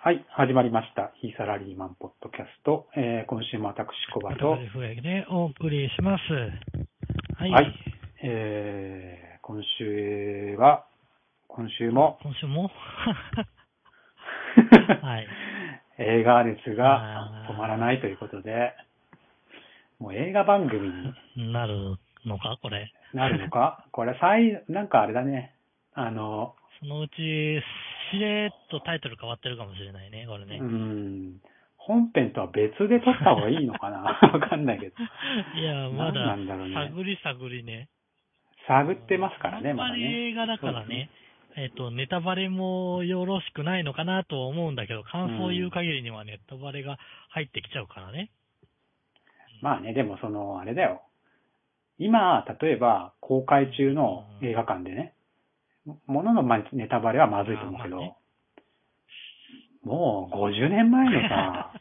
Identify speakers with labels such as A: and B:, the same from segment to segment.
A: はい、始まりました。非サラリーマンポッドキャスト。えー今週も私、小
B: こ
A: バ
B: れ
A: と、
B: 笛でお送りします。はい。
A: はいえー今週は、今週も、
B: 今週も い
A: 映画熱が
B: あー
A: 止まらないということで、もう映画番組に
B: なるのかこれ。
A: なるの かこれ、最、なんかあれだね。あの、
B: そのうち、しれっとタイトル変わってるかもしれないね、これ
A: う
B: ね。
A: ん、本編とは別で撮った方がいいのかな わかんないけど。
B: いや、まだ
A: 何なんだろうね、
B: 探り探りね。
A: 探ってますからね、ま
B: あん
A: だ
B: まり
A: ね。
B: 映画だからね、えっと、ネタバレもよろしくないのかなとは思うんだけど、感想を言う限りにはネタバレが入ってきちゃうからね。
A: まあね、でもその、あれだよ。今、例えば、公開中の映画館でね、もののまネタバレはまずいと思うけど、
B: あーまあね
A: もう50年前のさ、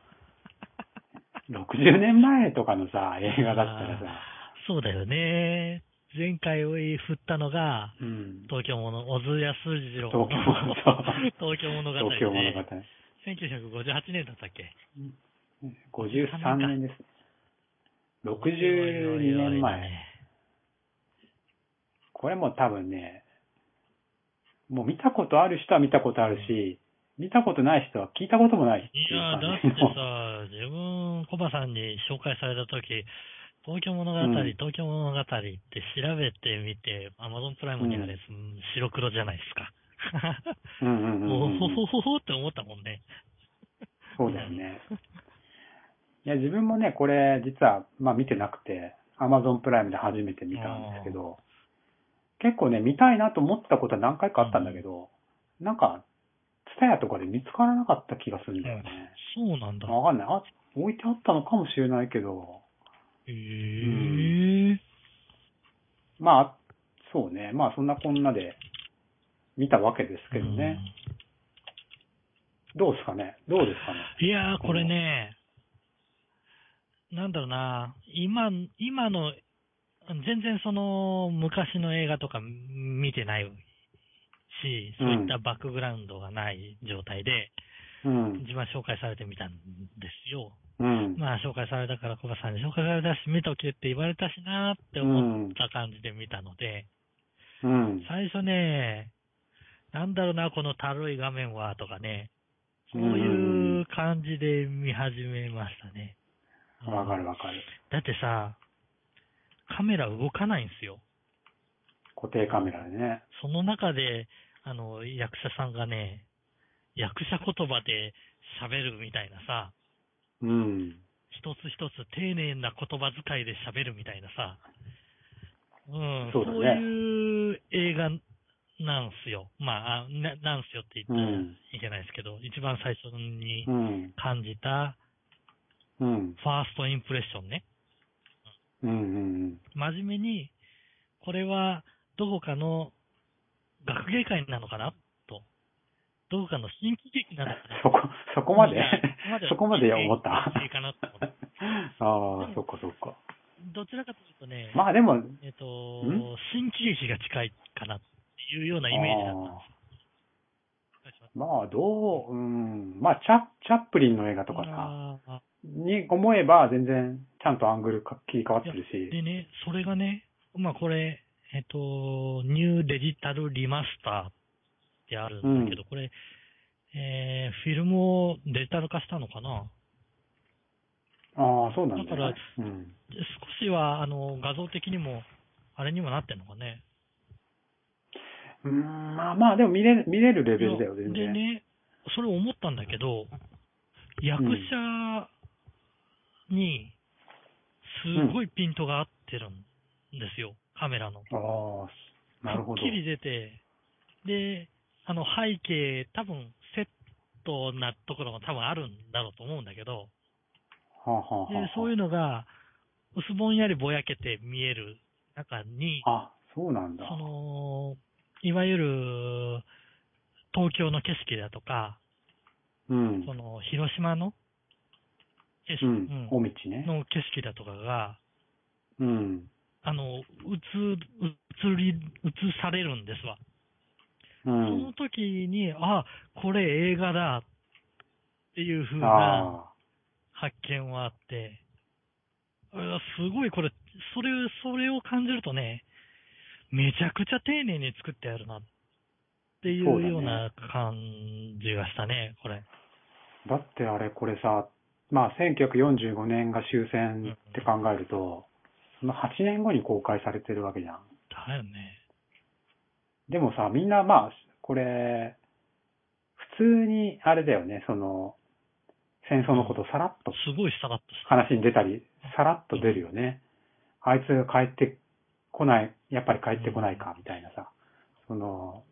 A: 60年前とかのさ、映画だったらさ、
B: そうだよね。前回振ったのが、
A: うん、
B: 東京物、小津安二郎の
A: 東京物語
B: 東京物語、ね。
A: 東京物語。
B: 1958年だったっけ
A: 53年ですね。62年前。これも多分ね、もう見たことある人は見たことあるし、見たことない人は聞いたこともないってい
B: いうやー、だ
A: 感
B: って
A: じの。
B: さ、自分、コバさんに紹介された時東京物語、
A: うん
B: 東京物語って調べてみて、アマゾンプライムにあれ、白黒じゃないですか。
A: うんうんうん
B: もう、
A: うん
B: ほほほほって思ったもんね。
A: そうだよね。いや、自分もね、これ実は、まあ見てなくて、Amazon プライムで初めて見たんですけど、結構ね、見たいなと思ってたことは何回かあったんだけど、なんか、ツタヤとかで見つからなかった気がするんだよね。
B: そうなんだ。
A: わかんない。あ、置いてあったのかもしれないけど、
B: へえー。
A: まあ、そうね。まあ、そんなこんなで見たわけですけどね。どうですかねどうですかね
B: うん。いやー、これね、なんだろうな、今、今の、全然その、昔の映画とか見てないし、そういったバックグラウンドがない状態で、
A: うん。
B: 自分は紹介されてみたんですよ。
A: うん。
B: まあ、紹介されたから、コバさんに紹介されたし、見とけって言われたしなーって思った感じで見たので、
A: うん。
B: 最初ね、なんだろうな、このたるい画面は、とかね、そういう感じで見始めましたね。
A: わかるわかる。
B: だってさ、カメラ動かないんですよ。
A: 固定カメラでね。
B: その中で、あの、役者さんがね、役者言葉で喋るみたいなさ、
A: うん。
B: 一つ一つ丁寧な言葉遣いで喋るみたいなさ、うん、
A: そ
B: そうう,、
A: だね
B: いう映画なんすよ。まあ、あななんすよって言った
A: う
B: ら
A: ん。
B: いけないですけど、一番最初に
A: うん。
B: 感じた
A: うん。
B: ファーストインプレッションね。
A: うん。うん。
B: 真面目に、これはどこかの学芸会なのかなと。どこかの新喜劇なのかな
A: そこ、そこまで
B: いや
A: そこまで思 った。
B: いいかなと 思って
A: ああ、そっかそっか。
B: どちらかというとね、
A: まあでも、
B: えっ、と
A: ん、
B: 新喜劇が近いかなっていうようなイメージだったんですよ。
A: まあどう、うん。まあ、チャ、チャップリンの映画とかさ、
B: さ。
A: に思えば全然ちゃんとアングルか切り替わってるし。
B: でね、それがね、まあこれ、えっ、と、ニューデジタルリマスターってあるんだけど、これ、えー、フィルムをデジタル化したのかな
A: ああ、そうなんだ、ね。
B: だから
A: うん。
B: で少しは、あの、画像的にも、あれにもなってんのかね。
A: うーん、まあまあ、でも見れる見れるレベルだよ、全
B: で
A: 然。
B: ね、それ思ったんだけど、役者に、すごいピントが合ってるんですよ、カメラの。
A: ああ、なるほど。
B: はっきり出て、で、あの、背景、多分、セットなところも多分あるんだろうと思うんだけど、
A: はあはあは
B: で
A: あはあ、
B: そういうのが、薄ぼんやりぼやけて見える中に、
A: あ、そうなんだ。
B: その、いわゆる、東京の景色だとか、
A: うん。
B: その、広島の景
A: う
B: 色、
A: ん。
B: う
A: お
B: ん
A: 道ね。
B: の景色だとかが、
A: うん。
B: あの、映、映り、映されるんですわ。
A: う
B: そ
A: ん
B: の。時に、あ、これ映画だっっていう風な
A: あ
B: 発見はあって、うわすごいこれ、それ、それを感じるとね、めちゃくちゃ丁寧に作ってあるなってい
A: そうだ
B: う
A: ね
B: ような感じがしたね、これ。
A: あ。だってあれ、これさ、まあ、1945年が終戦って考えると、その8年後に公開されてるわけじゃん。
B: だよね。
A: でもさ、みんなまあ、これ、普通にあれだよね、その、戦争のことさらっと
B: すごいさらっとした。
A: 話に出たり、さらっと出るよね。あいつが帰ってこない、やっぱり帰ってこないか、みたいなさ。その、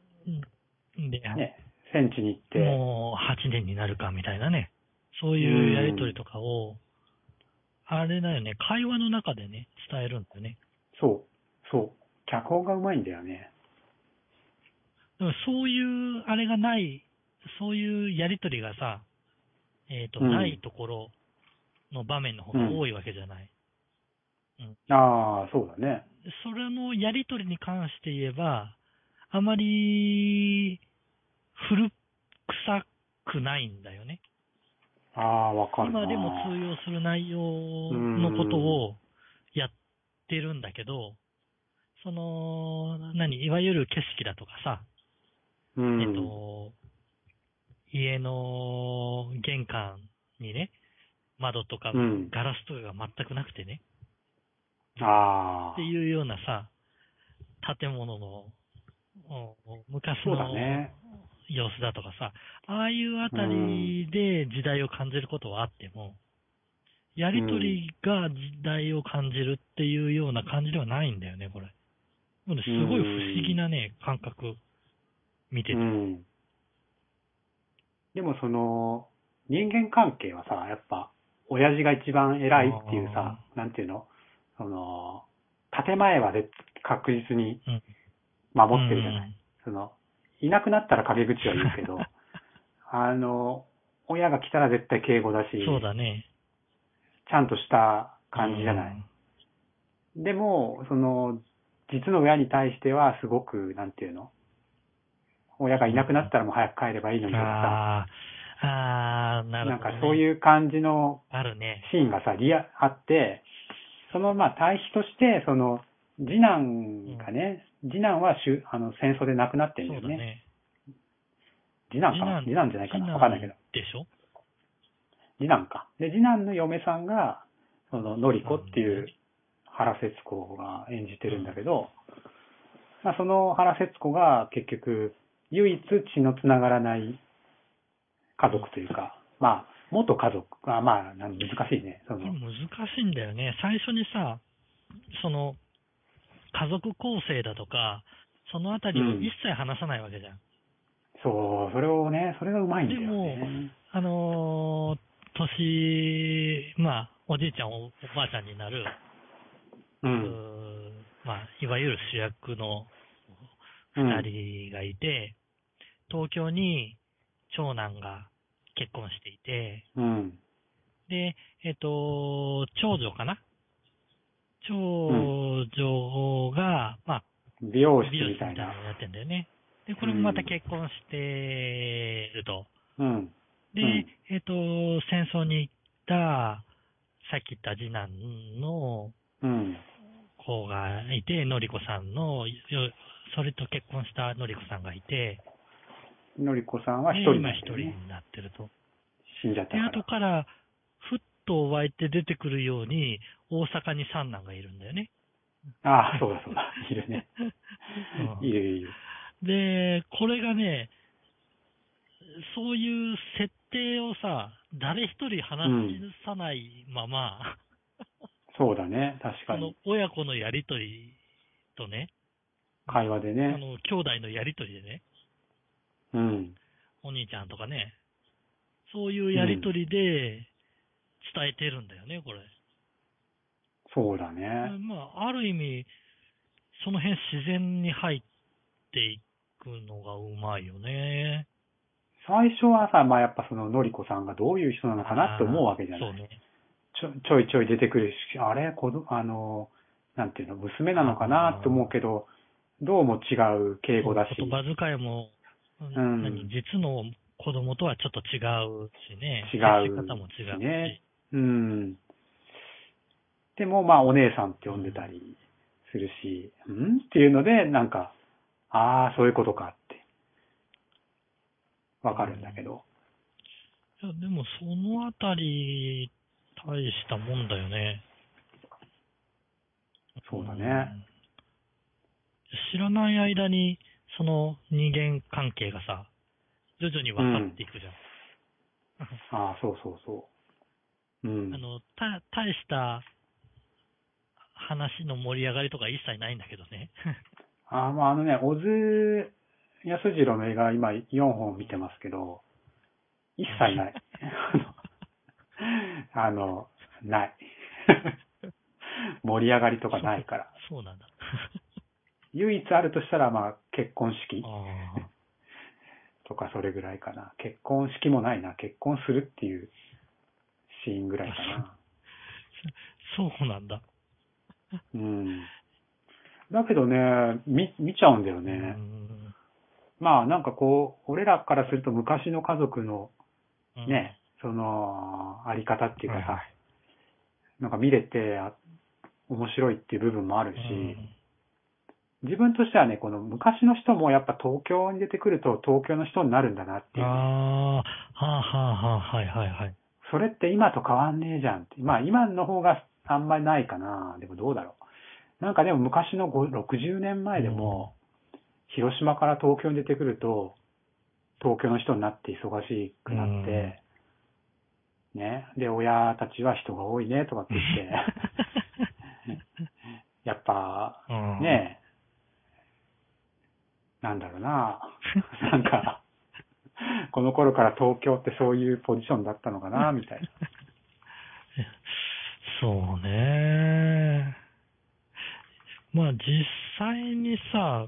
B: うんで、
A: ね、戦地に行って、
B: もう8年になるかみたいなね。そういうやりとりとかを、あれだよね、会話の中でね、伝えるんだよね。
A: そう、そう、脚本がうまいんだよね。
B: でもそういうあれがない、そういうやりとりがさ、えっ、と、
A: うん
B: ないところの場面の方が多いわけじゃない。
A: ああ、そうだね。
B: それのやりとりに関して言えば、あまり古臭くないんだよね。
A: ああ、わかるな。
B: 今でも通用する内容のことをやってるんだけど、その、何、いわゆる景色だとかさ、
A: うん。
B: えっと、家の玄関にね、窓とか
A: うん
B: ガラスとかが全くなくてね、
A: ああ
B: って、いうようなさ、建物の、おお昔
A: そうだ
B: の
A: ね。
B: 様子だとかさ、ああいうあたりで時代を感じることはあっても、やりとりが時代を感じるっていうような感じではないんだよね、これ。もうねすごい不思議なね、感覚、見て
A: う
B: て。
A: ん。でもその、人間関係はさ、やっぱ、親父が一番偉いっていうさ、なんていうのその、建前はで確実に
B: うん
A: 守ってるじゃない、
B: い。
A: その、いなくなったら陰口は言うけ ど、あの、親が来たら絶対敬語だし、
B: そうだね。
A: ちゃんとした感じじゃない、でも、その、実の親に対してはすごく、なんていうの親がいなくなったらもう早く帰ればいいの
B: う
A: に
B: ん。
A: とかさ、
B: ああ、ああ、なる
A: なん
B: ほど、
A: か
B: ね。
A: そういう感じの
B: あるね。
A: シーンがさ、リア、あって、そのまあ対比として、その、次男がね、次男はしゅあの戦争で亡くなって
B: そ
A: るんだ
B: う
A: よ
B: だ
A: ね。
B: ね。
A: 次男かな次男じゃないかなわかんないけど。
B: でしょ
A: 次男か。で、次男の嫁さんが、その、のりこっていう原節子が演じてるんだけど、まあその原節子が結局、唯一血のつながらない家族というか、まあ、元家族が、まあ、なん難しいね。そ
B: これ
A: の、
B: 難しいんだよね。最初にさ、その、家族構成だとか、そのあたりを一切話さないわけじゃん。
A: そう、それをね、それがうまいんだよ
B: で
A: ね。
B: あのー、年、まあ、おじいちゃん、おおばあちゃんになる、
A: うん
B: うーまあ、いわゆる主役の
A: うん
B: 二人がいて、東京に長男が結婚していて、
A: うん。
B: で、えっと、長女かな長女が、まあ、
A: 美容室
B: 美容
A: み
B: 師みた
A: た
B: い
A: い
B: な
A: な
B: の。やってんだよね。で、これもまた結婚してると。
A: うん。
B: で、
A: うん
B: えっ、と、戦争に行った、さっき言った次男の
A: うん。
B: 子がいて、のりこさんの、よそれと結婚したのりこさんがいて、
A: のりこさんは
B: で
A: 一人
B: 今
A: なんだ
B: 一
A: よ
B: 人
A: ね。
B: になってると。
A: 死んじゃった
B: で、後
A: か
B: から、ふっと湧いて出てくるように、大阪に三男がいるんだよね。
A: ら。ああ、そうだそう だ。いるね。
B: うん
A: いるいる。
B: で、これがね、そういう設定をさ、誰一人話さないまま、
A: そうだね。確
B: そ
A: か
B: の
A: に。
B: 親子のやりとりとね、
A: 会話で
B: あ
A: ね。
B: の兄弟のやりとりでね、
A: うん。
B: お兄ちゃんとかね、そういうやりとりで伝えてるんだよね、これ。
A: そうだね。
B: まあ、ある意味、その辺自然に入っていくのがうまいよね。
A: 最初はさ、まあやっぱそののりこさんがどういう人なのかなって思うわけじゃな
B: そう
A: い。
B: ね。
A: ちょちょいちょい出てくるし、あれ子供、あの、なんていうの、娘なのかなって思うけど、どうも違う敬語だし。
B: 言葉遣いも、
A: ん
B: 何実の子供とはちょっと違うしね。
A: 違う
B: 接し方も違うし。
A: ねうん。でも、まあ、お姉さんって呼んでたりするし、うんっていうので、なんか、ああ、そういうことかって、わかるんだけど。
B: いや、でもそのあたり、大したもんだよね。
A: そうだね
B: ん。知らない間に、その人間関係がさ、徐々に分かっていくじゃん。
A: ああ、そうそうそう。うん。
B: あの、た、大した話の盛り上がりとか一切ないんだけどね。
A: ああ、まあ、あのね、小津安二郎の映画、今4本見てますけど、一切 ない。あの、 あのない。 盛り上がりとかないから。
B: そうなんだ。
A: 唯一あるとしたら、まあ、結婚式
B: ああ。
A: とかそれぐらいかな。結婚式もないな。結婚するっていうシーンぐらいか な。
B: そうなんだ。
A: うん。だけどね、見、見ちゃうんだよね。
B: うん
A: まあなんかこう、俺らからすると昔の家族の
B: うん
A: ね、その、あり方っていうか
B: はいは
A: さ、なんか見れて、あ面白いっていう部分もあるし、
B: うん
A: 自分としてはね、この昔の人もやっぱ東京に出てくると東京の人になるんだなっていう。
B: ああ、はあはあはあ、はいはいはい。
A: それって今と変わんねえじゃんって。まあ今の方があんまりないかな。でもどうだろう。なんかでも昔の5 60年前でも、広島から東京に出てくると、東京の人になって忙しくなって、ね。で、親たちは人が多いねとかって言 って、やっぱ、
B: うん、
A: ねえ、なんだろうな。なんか、この頃から東京ってそういうポジションだったのかな、みたいな。
B: そうね。まあ実際にさ、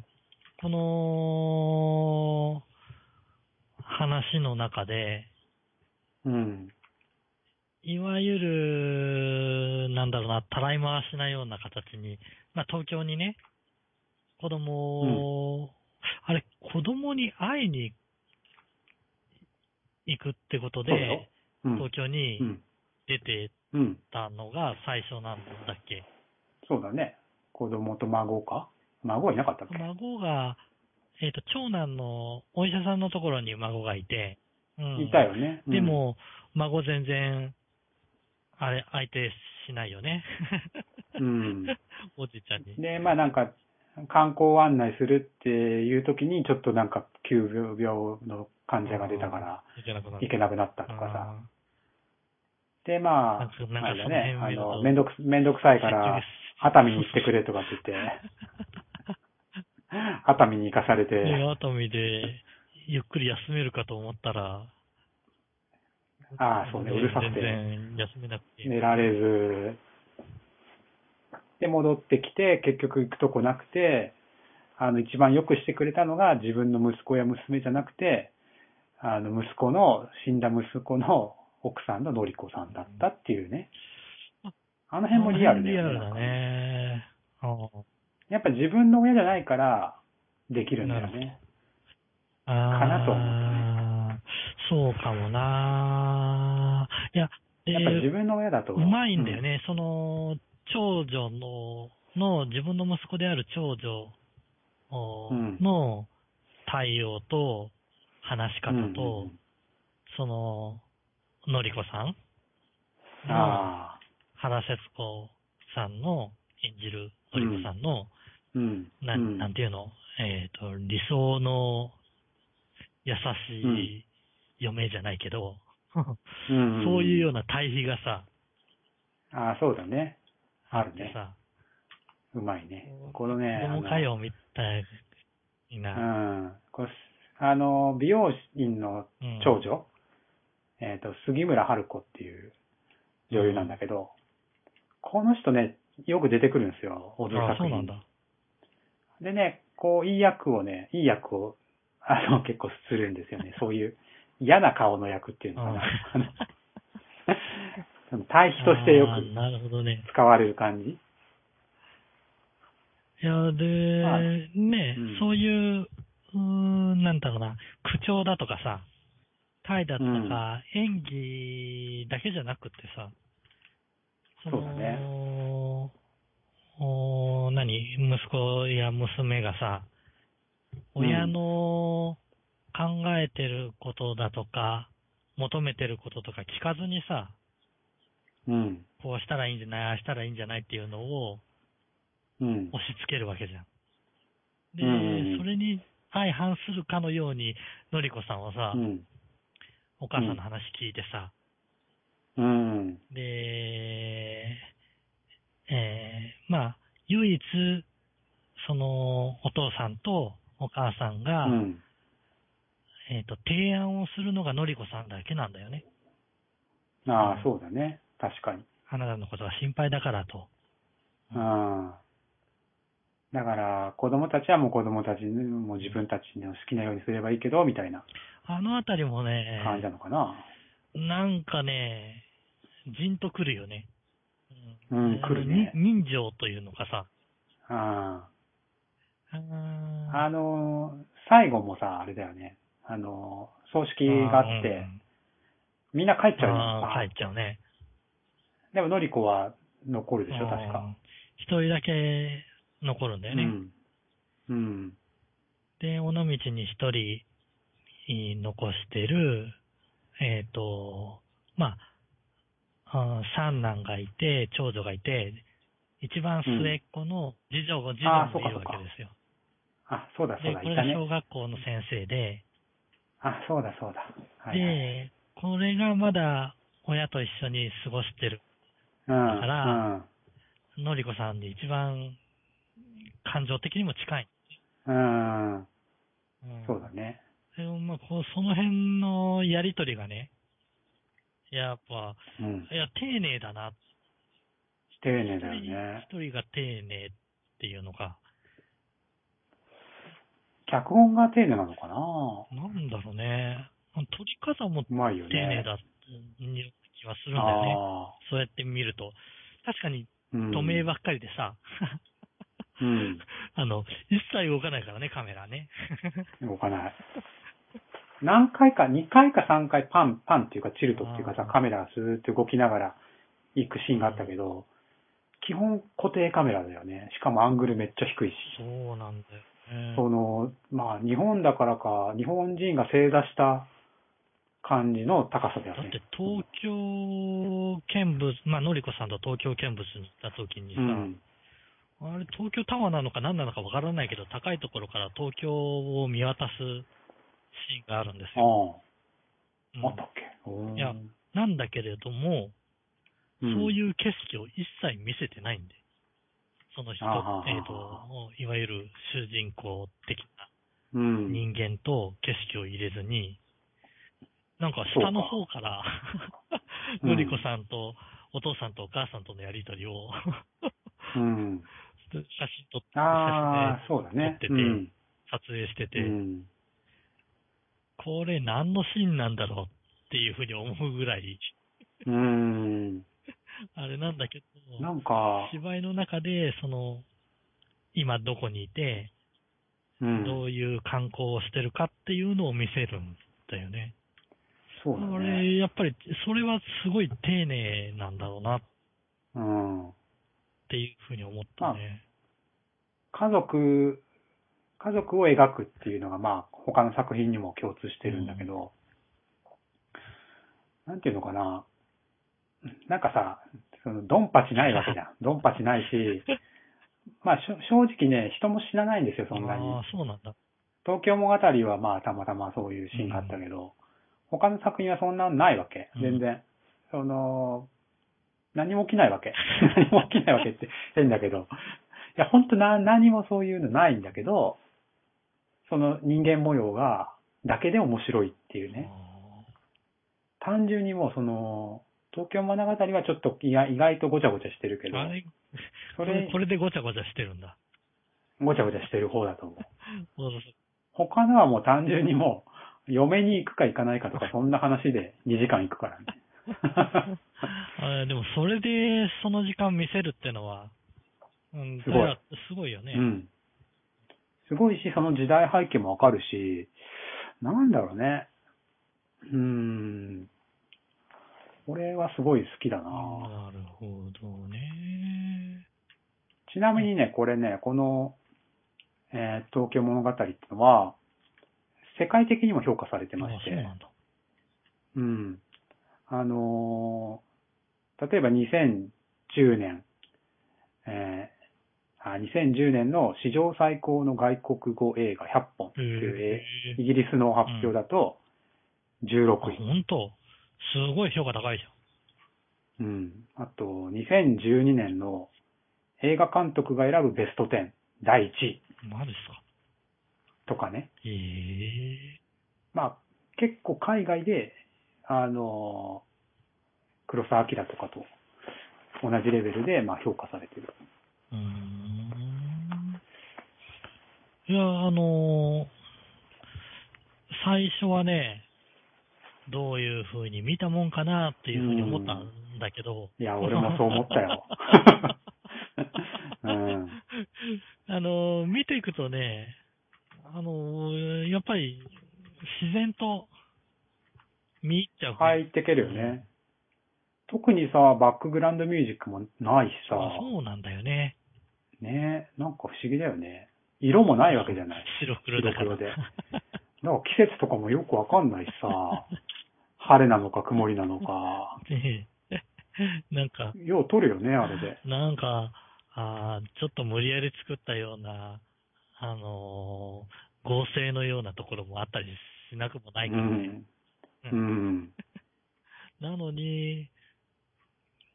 B: この話の中で、
A: うん。
B: いわゆる、なんだろうな、たらい回しなような形に、まあ東京にね、子供を、あれ、子供に会いに行くってこと
A: そうだよう
B: で、
A: ん
B: 東。京に
A: うん。
B: 出て
A: うん。
B: たのが最初なんだっけ
A: そうだね。子供と孫か孫はいなかったっけ
B: 孫が、えっ、と、長男のお医者さんのところに孫がいて、うん、
A: いたよね。うん
B: で、も、孫全然、あれ、相手しないよね。
A: うん。
B: おじいちゃんに。
A: で、まあなんか、観光案内するっていう時に、ちょっとなんか、急病の患者が出たから、
B: いけなくなった。
A: 行けなくなったとかさ。
B: あ
A: で、まあ、
B: なんかなんか
A: あれだね、
B: その
A: あ
B: 辺見ると
A: の、めんどく、めんどくさい
B: ー
A: から、熱海に行ってくれとかって言って、 熱海に行かされて、
B: で、熱海で、ゆっくり休めるかと思ったら、
A: ああ、そうね、うるさく
B: 全
A: て、
B: 然休めなくて。
A: 寝られず、で、戻ってきて、結局行くとこなくて、あの、一番よくしてくれたのが、自分の息子や娘じゃなくて、あの、息子の、死んだ息子の奥さんののりこさんだったっていうね
B: うん。
A: あの辺もリアルだ
B: リア
A: よね
B: ルだね。あ
A: やっぱ自分の親じゃないから、できるんだよ
B: なる
A: ね。
B: あ
A: かなと思
B: そうかもないや、で
A: やっぱ自分の親だと。
B: うまいんだよね。その、長女の、の、自分の息子である長女お
A: うん
B: の対応と、話し
A: う
B: 方
A: ん。
B: と、
A: うんうん
B: その、のりこさんの、
A: ああ。
B: 原節子さんの、演じるのりこさんの、
A: うん。
B: な
A: うん
B: ん、なんていうの、えっ、と、理想の優しい嫁じゃないけど、
A: うん
B: そういうような対比がさ、
A: ああ、そうだね。ある
B: で
A: ね。
B: さ、
A: うまいね。このね、
B: 子供かよみたい
A: あ
B: な、
A: のうん。これあの、美容院の
B: うん
A: 長女、えっ、と、杉村春子っていう女優なんだけど、この人ね、よく出てくるんですよ、小津
B: あ
A: 作
B: そう
A: 品
B: なんだ。
A: でね、こう、いい役をね、いい役を、あの、結構するんですよ ね。そういう嫌な顔の役っていうのかな。あの 対比としてよ
B: あー
A: く
B: なるほどね。
A: 使われる感じ。
B: いや、で、
A: まあ
B: ね、
A: うん
B: そういう、うーん、なんだろうな、口調だとかさ、タイだったか、演技だけじゃなくってさ、そ
A: そうだね
B: の、おー何、息子や娘がさ、
A: うん
B: 親の考えてることだとか、求めてることとか聞かずにさ、
A: うん。
B: こうしたらいいんじゃない、ああしたらいいんじゃないっていうのを
A: うん。
B: 押し付けるわけじゃん。で、
A: うん
B: それに相反するかのように、のりこさんはさ、
A: うん。
B: お母さんの話聞いてさ、
A: うん。
B: で、えーまあ、唯一、その、お父さんとお母さんが、
A: うん。
B: えっ、と、提案をするのがのりこさんだけなんだよね。
A: ああ、そうだね。確かに。
B: あなたのことが心配だからと。
A: ああ。だから、子供たちはもう子供たちの、もう自分たちの好きなようにすればいいけど、みたいな
B: あのあたりもね、
A: 感じなのかな。
B: なんかね、じんとくるよね。
A: うん来るね
B: あのに人情というのかさ。
A: あ
B: あ
A: あ。
B: ー
A: あのー、最後もさ、あれだよね。あのー、葬式があって、みんな帰っちゃうじゃん
B: あー
A: あ
B: 帰っちゃうね。
A: でも、のりこは残るでしょ、確
B: う
A: か
B: ん。。一人だけ残るんだよね。
A: うん。うん。
B: で、尾道に一人えー残してる、えっ、と、まあ、あー三男がいて、長女がいて、一番末っ子の次女が、次
A: あー
B: 女もい
A: そ
B: る
A: うかそ
B: わけ
A: うか
B: ですよ。
A: あ、そうだ、そう
B: で、
A: だ、
B: こ
A: い
B: れ
A: た
B: が
A: ね。
B: 小学校の先生で、
A: あ、そうだ、そうだ。はい、はい。
B: で、これがまだ親と一緒に過ごしてる、
A: うん。
B: だからのりこさんで一番感情的にも近い。
A: うん。うん。
B: うん
A: そうだね。
B: でもまあ、こう、その辺のやりとりがね、やっぱ、
A: うん。
B: いや、丁寧だな。
A: 丁寧だよね。
B: 一人一人が丁寧っていうのか、
A: 脚本が丁寧なのかな
B: なんだろうね。取り方も
A: うまいよ
B: 丁
A: ね。
B: 寧だっていう気はするんだよね。
A: あ
B: そうやって見ると。確かに、
A: あ。うん
B: 止めばっかりでさ、
A: うん。
B: あの、一切動かないからね、カメラね。
A: 動かない。何回か、2回か3回パン、パンっていうかチルトっていうか
B: あ
A: さ、
B: ー
A: カメラがスーッと動きながら行くシーンがあったけど、基本固定カメラだよね。しかもアングルめっちゃ低いし。
B: そうなんだよ、ね。
A: その、まあ日本だからか、日本人が正座した感じの高さだよ
B: だっ
A: ね
B: て。東京見物、まあ、のりこさんと東京見物に行った時に
A: う
B: さ、
A: ん。
B: あれ東京タワーなのか何なのかわからないけど、高いところから東京を見渡すシーンがあるんです
A: あ
B: よ。
A: あ、あったっけ
B: いやなんだけれども、そう
A: う
B: いう景色を一切見せてないんで。その人、
A: あははは。
B: えっ、と、いわゆる主人公的なん
A: うん。
B: 人間と景色を入れずに、なんか下の方から、
A: うん
B: のりこさんとお父さんとお母さんとのやりとりを
A: うん。
B: 写真撮って、
A: ああ、
B: 写真で
A: そうだね。
B: 撮ってて
A: うん
B: 撮影してて、
A: うん。
B: これ何のシーンなんだろうっていうふうに思うぐらい、
A: うん。
B: あれなんだけど、
A: なんか、
B: 芝居の中で、その、今どこにいて、
A: うん。
B: どういう観光をしてるかっていうのを見せるんだよね。
A: そうだ
B: あ
A: ね。
B: れ、やっぱり、それはすごい丁寧なんだろうなっ
A: うん。
B: ていうふうに思ったね。
A: 家族、家族を描くっていうのが、まあ、他の作品にも共通してるんだけど、なんていうのかな。なんかさ、その、ドンパチないわけじゃん。ドンパチないし、まあ、しょ正直ね、人も死なないんですよ、そんなに。
B: ああ、そうなんだ。
A: 東京物語はまあたまたまそういうシーンがあったけど、他の作品はそんなんないわけ。全然。その、何も起きないわけ。何も起きないわけって変だけど。いや、ほんとな、何もそういうのないんだけど、その人間模様が、だけで面白いっていうね。単純にもうその、東京物語はちょっといや意外とごちゃごちゃしてるけ
B: あ
A: ど
B: ーあ、れ
A: そ
B: これ
A: れ、
B: これでごちゃごちゃしてるんだ。
A: ごちゃごちゃしてる方だと思う。
B: そうそうそう
A: 他のはもう単純にもう、嫁に行くか行かないかとか、そんな話で2時間行くからね。
B: あーでも、それでその時間見せるってのは、うん、
A: すごい
B: だからすごいよね。
A: うん。すごいし、その時代背景もわかるし、なんだろうね。うーん。俺はすごい好きだな
B: なるほどね。
A: ちなみにね、これね、この、えー東京物語ってのは、世界的にも評価されてまし
B: あそう
A: て、
B: なんだ。
A: うん。あのー例えば2010年、えーあ、2010年の史上最高の外国語映画100本っていう
B: へ
A: えイギリスの発表だと16
B: あ、
A: 位。
B: 本当すごい評価高いじ
A: うん。あと、2012年の映画監督が選ぶベスト10、第1位
B: ゃん。マジっすか。
A: とかね。
B: ええ
A: まあ、結構海外で、あのー黒澤明とかと同じレベルで、まあ、評価されてる。
B: うーんいや、あのー最初はね、どういう風に見たもんかなっていう風に思ったんだけど。
A: いや、俺もそう思った よ。うん。
B: あのー見ていくとね、あのーやっぱり自然と見入っちゃう。
A: 入ってけるよね。特にさ、バックグラウンドミュージックもないしさ、
B: あそうなんだよね。
A: ねなんか不思議だよね。色もないわけじゃない。
B: 白黒だか
A: 白黒
B: ら。
A: でなんか季節とかもよくわかんないし さ、晴れなのか曇りなのか。
B: ねえ なんか、
A: よう撮るよね、あれで。
B: なんか、あーちょっと無理やり作ったような、あのー合成のようなところもあったりしなくもないけ
A: う
B: どね、
A: ん。うん。
B: なのに、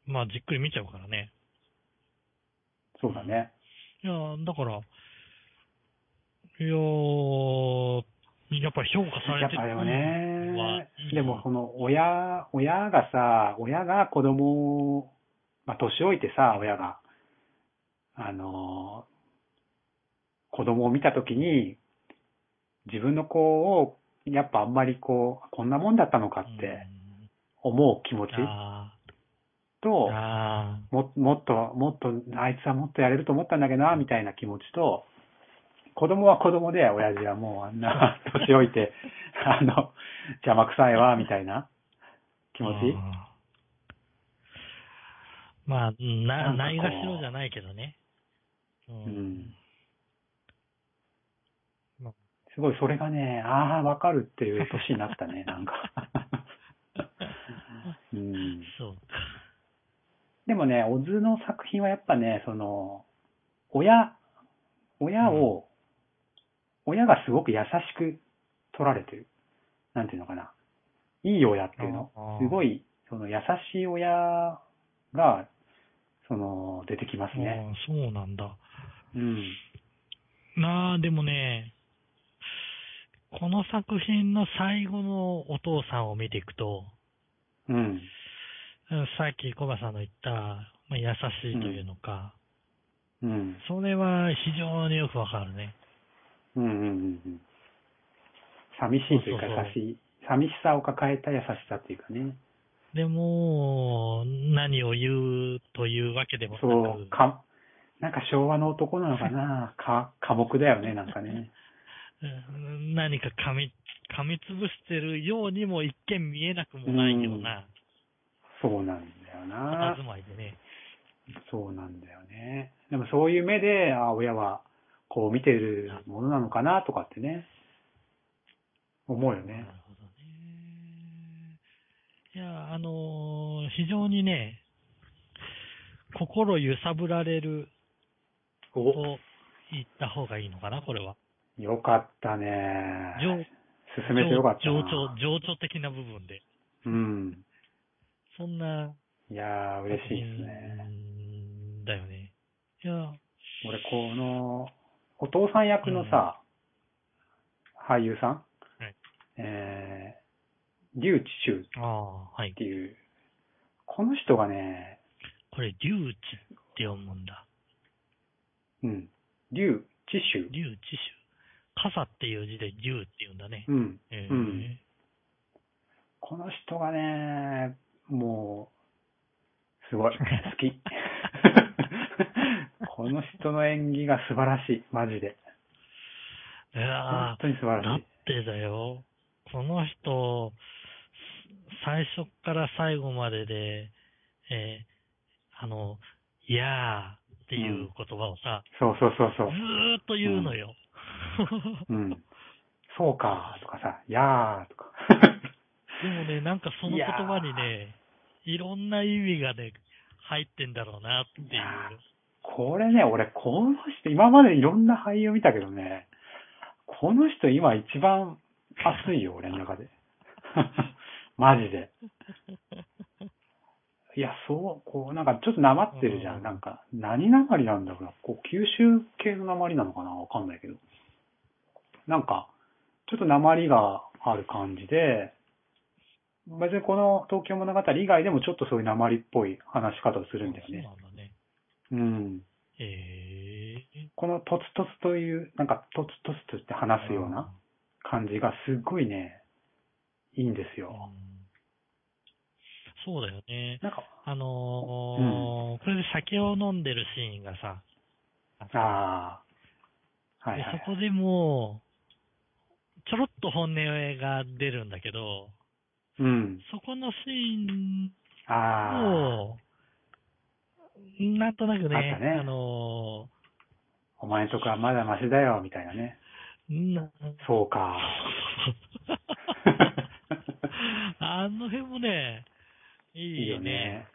B: まあ、じっくり見ちゃうからね。
A: そうだね。
B: いやー、だから、いやー、やっぱり評価さ
A: や
B: れ
A: ってぱ
B: る
A: り
B: のは
A: ね、
B: いい
A: でも、その親、親がさ、親が子供を、まあ、年老いてさ、親が、あのー子供を見たときに、自分の子を、やっぱあんまりこう、こんなもんだったのかって思う気持ち
B: うんあ
A: と
B: ー、あ
A: ももっと、もっと、あいつはもっとやれると思ったんだけどな、みたいな気持ちと、子供は子供で、親父はもうあんな 年老いて、あの、邪魔くさいわ、みたいな
B: ー
A: 気持ち。
B: あーまあ、な、
A: な
B: なんい
A: かこう
B: がしろじゃないけどね。う
A: うん。すごい、それがね、ああ、わかるっていう年になったね、なんか。うん、
B: そうか。
A: でもね、小津の作品はやっぱね、その、親、親を、親がすごく優しく取られてる。なんていうのかな。いい親っていうの。すご
B: い
A: い、その優しい親が、その、出てきますね。。
B: あーそうなんだ。
A: うん。
B: なあ、でもね、この作品の最後のお父さんを見ていくと、
A: うん。
B: うんさっき小バさんの言った、まあ、優しいというのか、
A: うん。
B: それは非常によくわかるね。
A: うん。うん。うんうん。寂しいというか、
B: そうそう
A: 優しい。寂しさを抱えた優しさっていうかね。
B: でも、何を言うというわけでもなく、
A: そう、か、なんか昭和の男なのかなか、寡黙だよね、なんかね。
B: うん何か噛み、噛みつぶしてるようにも一見見えなくもないような、
A: そうなんだよ
B: た
A: な
B: ず。まいでね。
A: そうなんだよね。でもそういう目で、あ親はこう見てるものなのかなとかってね、思うよ
B: なる
A: ね。
B: ほどね。いや、あのー非常にね、心揺さぶられると
A: お
B: 言った方がいいのかな、これは。
A: よかったね。
B: 情
A: 進めてよかった
B: 情
A: な。
B: 緒、情緒的な部分で。
A: うん。
B: そんな。
A: いやー、嬉しいですね。
B: ね。だよね。いや、
A: 俺、この、お父さん役のさ、俳優さん、
B: はい
A: えー、リュウ・チシュウっ
B: ああ、はい。
A: ていう、この人がね、
B: これ、リュウチって読むんだ。
A: うん、リュウ・チシュウ
B: リュウチシュ。傘っていう字でリュウって言うんだね。
A: うん。
B: え
A: うんこの人がね、もう、すごい、好 き。この人の演技が素晴らしい、マジで。
B: えいやー
A: 本当に素晴
B: だ
A: ら
B: っ
A: しい。
B: てだよ、この人、最初から最後までで、えーあの、いやーっていう言葉をさ、
A: そうそうそうそう
B: ず。ーっと言うのよ。
A: うん。そうか、とかさ、やーとか。
B: でもね、なんかその言葉にね、いろんな意味がね、入ってんだろうなっていう
A: いや。これね、俺、この人、今までいろんな俳優見たけどね、この人今一番熱いよ、俺の中で。 マジで。いや、そう、こう、なんかちょっとなまってるじゃん。
B: うん
A: なんか、何なまりなんだろうな。こう、九州系のなまりなのかなわかんないけど。なんか、ちょっとなまりがある感じで、別にこの東京物語以外でもちょっとそういうなまりっぽい話し方をするんだよね。
B: そうなんだね。
A: うん。
B: えー、
A: このトツトツという、なんかトツトツとして話すような感じがすごいね、いいんです
B: うん、
A: よ。
B: そうだよね。
A: なんか、
B: あのーこれで酒を飲んでるシーンがさ、
A: ああ、はい
B: で
A: は
B: そ
A: い。
B: こでもう、ちょろっと本音が出るんだけど、
A: うん。
B: そこのシーン
A: ああ、
B: を、なんとなくね、
A: あったね
B: あの
A: お前んとかまだマシだよ、みたいなね。
B: ーな
A: そうか。
B: あの辺もね、いい
A: いいよ
B: ね。
A: ね。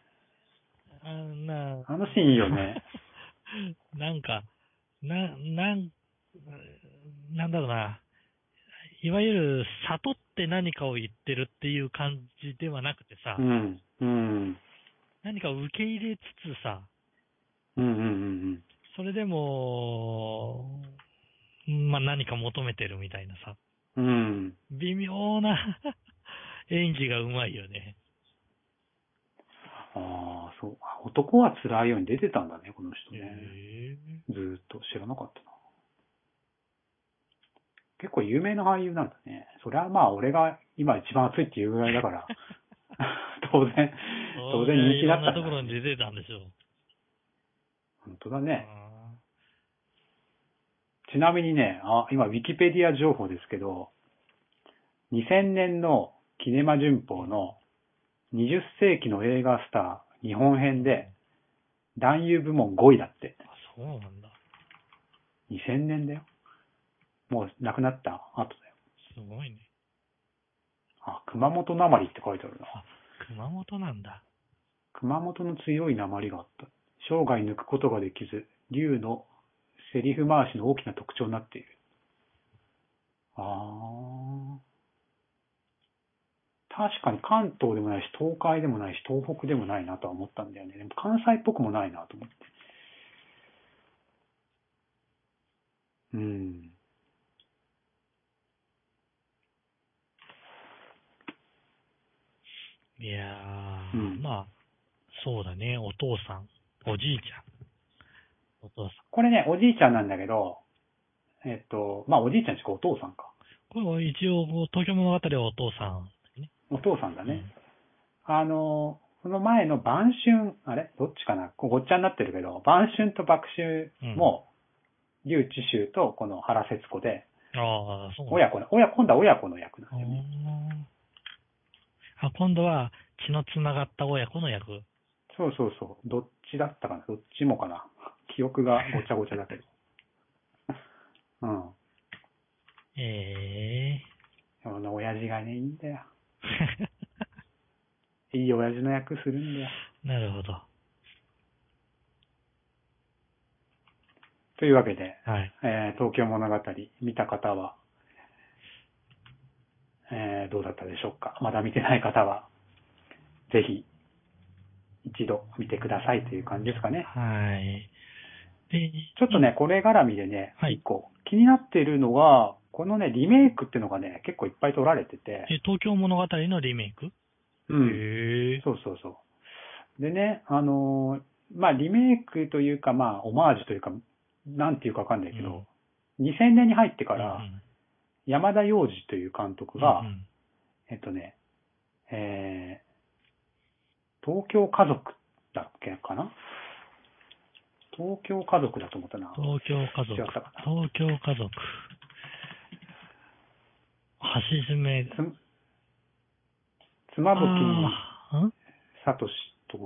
B: あんな
A: あのシーンいいよね。
B: なんか、な、なん、なんだろうな。いわゆる、悟って何かを言ってるっていう感じではなくてさ、
A: うん。うん。
B: 何かを受け入れつつさ、
A: うんうんうん
B: それでも、まあ、何か求めてるみたいなさ、
A: うん。うん。
B: 微妙な 演技がうまいよね。
A: ああ、そう。あ男は辛いように出てたんだね、この人ね。
B: へ
A: ずーっと知らなかったな。結構有名な俳優なんだね。それはまあ俺が今一番熱いっていうぐらいだ から、当然、
B: え
A: 当然人気だった
B: いろんなところ
A: ん
B: に
A: だ。
B: 出てたんでしょう。
A: 本当だね。
B: あ
A: ちなみにね、あ今ウィキペディア情報ですけど、2000年のキネマ旬報の20世紀の映画スター日本編で男優部門5位だって。
B: ーあそうなんだ。
A: 2000年だよ。もう亡くなった後だよ。
B: すごいね。
A: あ、熊本なまりって書いてあるな。
B: 熊本なんだ。
A: 熊本の強い鉛があった。生涯抜くことができず、竜のセリフ回しの大きな特徴になっている。あー。確かに関東でもないし、東海でもないし、東北でもないなとは思ったんだよね。でも関西っぽくもないなと思って。うん。
B: いや
A: う
B: ー、
A: ん
B: まあ、そうだね、お父さん、おじいちゃん、お父さん。
A: これね、おじいちゃんなんだけど、えっと、まあおじいちゃんしかお父さんか。
B: これ一応、東京物語はお父さん、ね。
A: お父さんだね。あの、その前の晩春、あれどっちかなこうごっちゃになってるけど、晩春と爆春も、劉智秀とこの原節子で、
B: うんああ、そうな
A: 親
B: んだ
A: 子の、親、今度は親子の役なん
B: う
A: だよね。
B: んあ、今度は血のつながった親子の役。
A: そうそうそう。どっちだったかなどっちもかな 記憶がごちゃごちゃだ けど。うん。
B: ええ
A: その親父がね、いいん だよ。いい親父の役するんだよ。
B: なるほど。
A: というわけで、
B: はい。
A: えー東京物語見た方は、えーどうだったでしょうか。まだ見てない方は、ぜひ、一度見てくださいという感じですかね。
B: はい。で、
A: ちょっとね、これ絡みでね、
B: はい
A: 一個気になってるのが、このね、リメイクっていうのがね、結構いっぱい撮られてて、
B: え、東京物語のリメイク、
A: うん。
B: へえ
A: そうそうそう。でね、あのーまあ、リメイクというか、まあ、オマージュというか、なんていうかわかんないけど、2000年に入ってから、
B: うん
A: 山田洋次という監督が、
B: うんうん
A: えっとね、えー、東京家族だっけかな東京家族だと思ったな。
B: 東京家族
A: 違。ったかな
B: 東京家族。橋爪、
A: つ妻夫木
B: あーん
A: 聡と、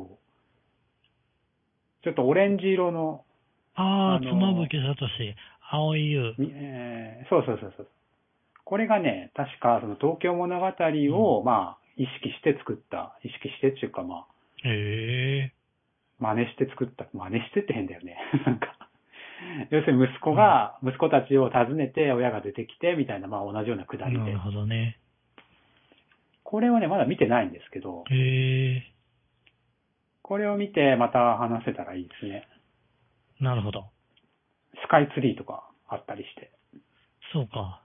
A: ちょっとオレンジ色の、
B: あ
A: あ
B: ー、
A: のー
B: 妻夫木聡、青井優。
A: みえーそうそうそうそう。これがね、確かその東京物語を、まあ、意識して作った、意識してっていうかまあ、
B: へえ。
A: 真似して作った、真似してって変だよね。 なんか。要するに息子が、息子たちを訪ねて親が出てきて、みたいな、まあ同じようなくだ
B: な
A: りで
B: る。ほどね。
A: これをね、まだ見てないんですけど、
B: へえ。
A: これを見てまた話せたらいいですね。
B: なるほど。
A: スカイツリーとかあったりして。
B: そうか。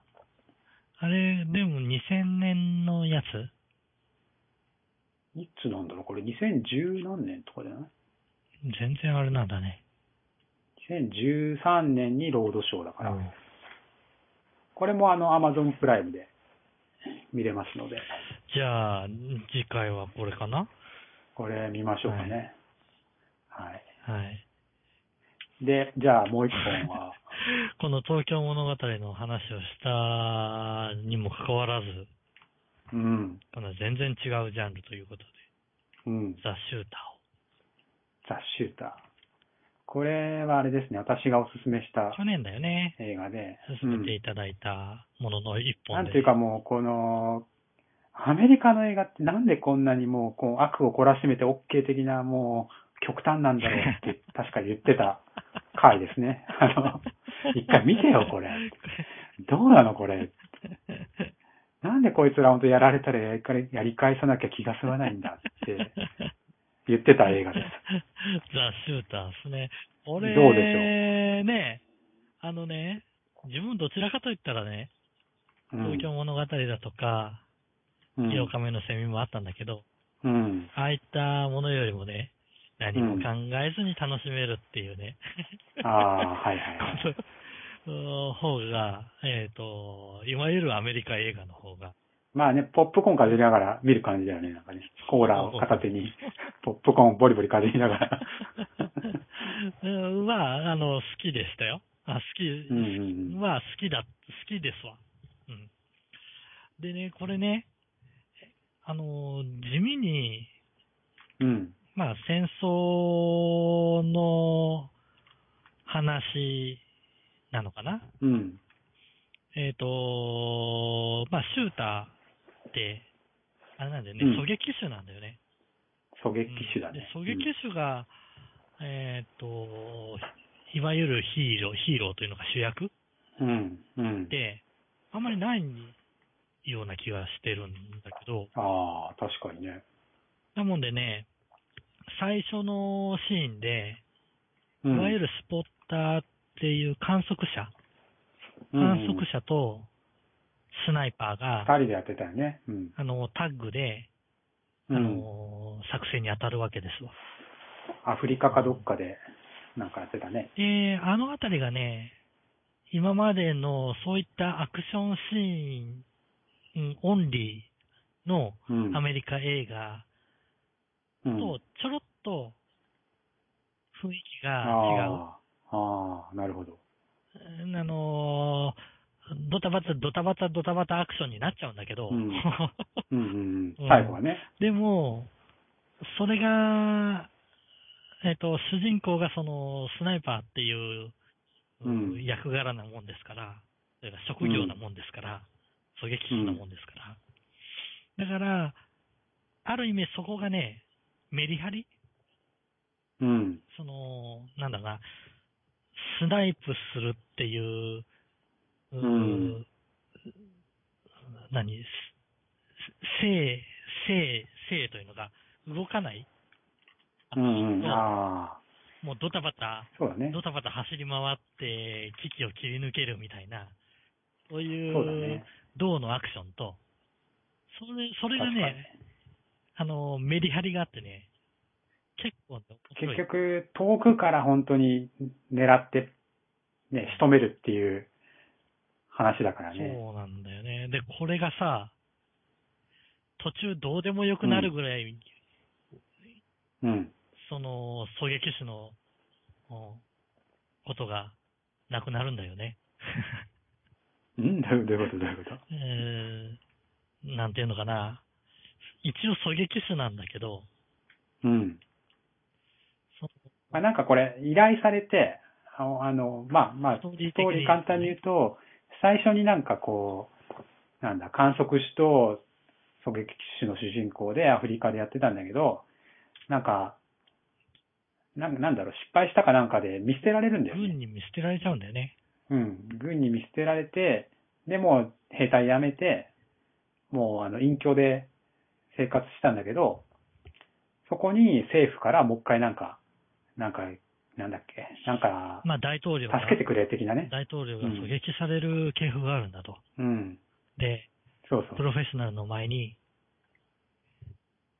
B: あれ、でも2000年のやつ
A: いつなんだろうこれ2010何年とかじゃない
B: 全然あれなんだね。
A: ?2013 年にロードショーだから。
B: うん
A: これもあの Amazon プライムで見れますので、
B: じゃあ、次回はこれかな
A: これ見ましょうかね。はい。
B: はい。
A: で、じゃあもう一本は、
B: この東京物語の話をしたにもかかわらず、
A: うん。
B: この全然違うジャンルということで、
A: うん。
B: ザ・シュータ
A: ザ・シューター。これはあれですね、私がおすすめし
B: ーを。
A: た
B: 去年だよね、
A: 映画で。
B: 進めていただいたものの一
A: うんな
B: 本
A: ん
B: で。
A: ていうかもう、この、アメリカの映画ってなんでこんなにもう、こう悪を懲らしめて OK 的な、もう、極端なんだろう って、確かに言ってた回ですね。あの、一回見てよ、これ。どうなの、これ。なんでこいつら本当やられたらやりかやり返さなきゃ気が済まないんだって言ってた映画です。
B: ザ・シューターですね。俺、
A: どうでしょ
B: ね、あのね、自分どちらかと言ったらね、
A: うん
B: 東京物語だとか、
A: うん
B: 八日目のセミもあったんだけど、
A: うん。
B: ああいったものよりもね、何も考えずに楽しめるっていうね、
A: ああ、はいはいはい。
B: ことの方が、えっ、と、いわゆるアメリカ映画の方が、
A: まあね、ポップコーンかじりながら見る感じだよね、なんかね。コーラを片手に、ポップコーンをボリボリかじりなが ら。
B: うんまあ、あの、好きでしたよ。あ、好き、
A: うんうんうん
B: まあ、好きだ、好きですわ。うん。でね、これね、あの、地味に、
A: うん。
B: まあ、戦争の話なのかな
A: うん。
B: えっ、と、まあ、シューターって、あれなんだよね、
A: うん
B: 狙撃手なんだよね。
A: 狙撃手だね。
B: うんで狙撃手が、えっ、と、いわゆるヒーロー、ヒーローというのが主役
A: うん。うん。
B: で、あんまりないような気がしてるんだけど、
A: ああ、確かにね。
B: なもんでね、最初のシーンで、
A: い
B: いわゆるスポッターっていう観測者、観測者とスナイパーが、
A: 二人でやってたよね。うん。
B: あの、タッグで、あ
A: う
B: の
A: ん。
B: 作戦に当たるわけですわ。
A: アフリカかどっかで、なんかやってたね。
B: で、あのあたりがね、今までのそういったアクションシーンうんオンリーの
A: うん。
B: アメリカ映画
A: うん
B: とちょろっと雰囲気が
A: ああ、ああ、なるほど。
B: 違う。うんあのードタバタ、ドタバタ、ドタバタアクションになっちゃうんだけど、
A: うんうんうん
B: う
A: うんん。最後はね。
B: でも、それが、えっ、と、主人公がその、スナイパーっていう、
A: うん
B: うん役柄なもんですから、それが職業なもんですから、狙撃手なもんですから。だから、ある意味そこがね、メリハリ
A: うん。
B: その、なんだろうな、スナイプするっていう、うー
A: うん
B: 何、す性、性、性というのが動かない。
A: うんうん。ああ、
B: もうドタバタ、
A: そうだね。
B: ドタバタ走り回って、危機を切り抜けるみたいな、そうい
A: そうだね
B: う。銅のアクションと、それ、それが
A: 確かに
B: ね、あの、メリハリがあってね、結構ね、面白
A: 結
B: い
A: 局、遠くから本当に狙って、ね、仕留めるっていう話だからね。
B: そうなんだよね。で、これがさ、途中どうでもよくなるぐらい、
A: うん。
B: その、狙撃手の、うんことがなくなるんだ よね。
A: うんどういうどういうことどういうこと
B: えー、なんていうのかな。一応狙撃手なんだけど、
A: うん。
B: そ
A: まあ、なんかこれ、依頼されて、あの、あのまあ、まあ、
B: ス
A: ス
B: ト
A: ト
B: ー
A: ー
B: リ
A: リ
B: ー的に
A: ー簡単に言うと、最初になんかこう、なんだ、観測士と狙撃手の主人公でアフリカでやってたんだけど、なんか、なんなんだろう、失敗したかなんかで見捨てられるんだよね。
B: 軍に見捨てられちゃうんだよね。
A: うん、軍に見捨てられて、で、もう兵隊辞めて、もうあの隠居で生活したんだけど、そこに政府からもう一回なんか、なんか、なんだっけ、なんか、
B: まあ大統領が
A: 助、けてくれ的なね。
B: 大統領が狙撃される系譜があるんだと。
A: うん、
B: で、
A: そう
B: プ
A: そう、
B: ロフェッショナルの前に、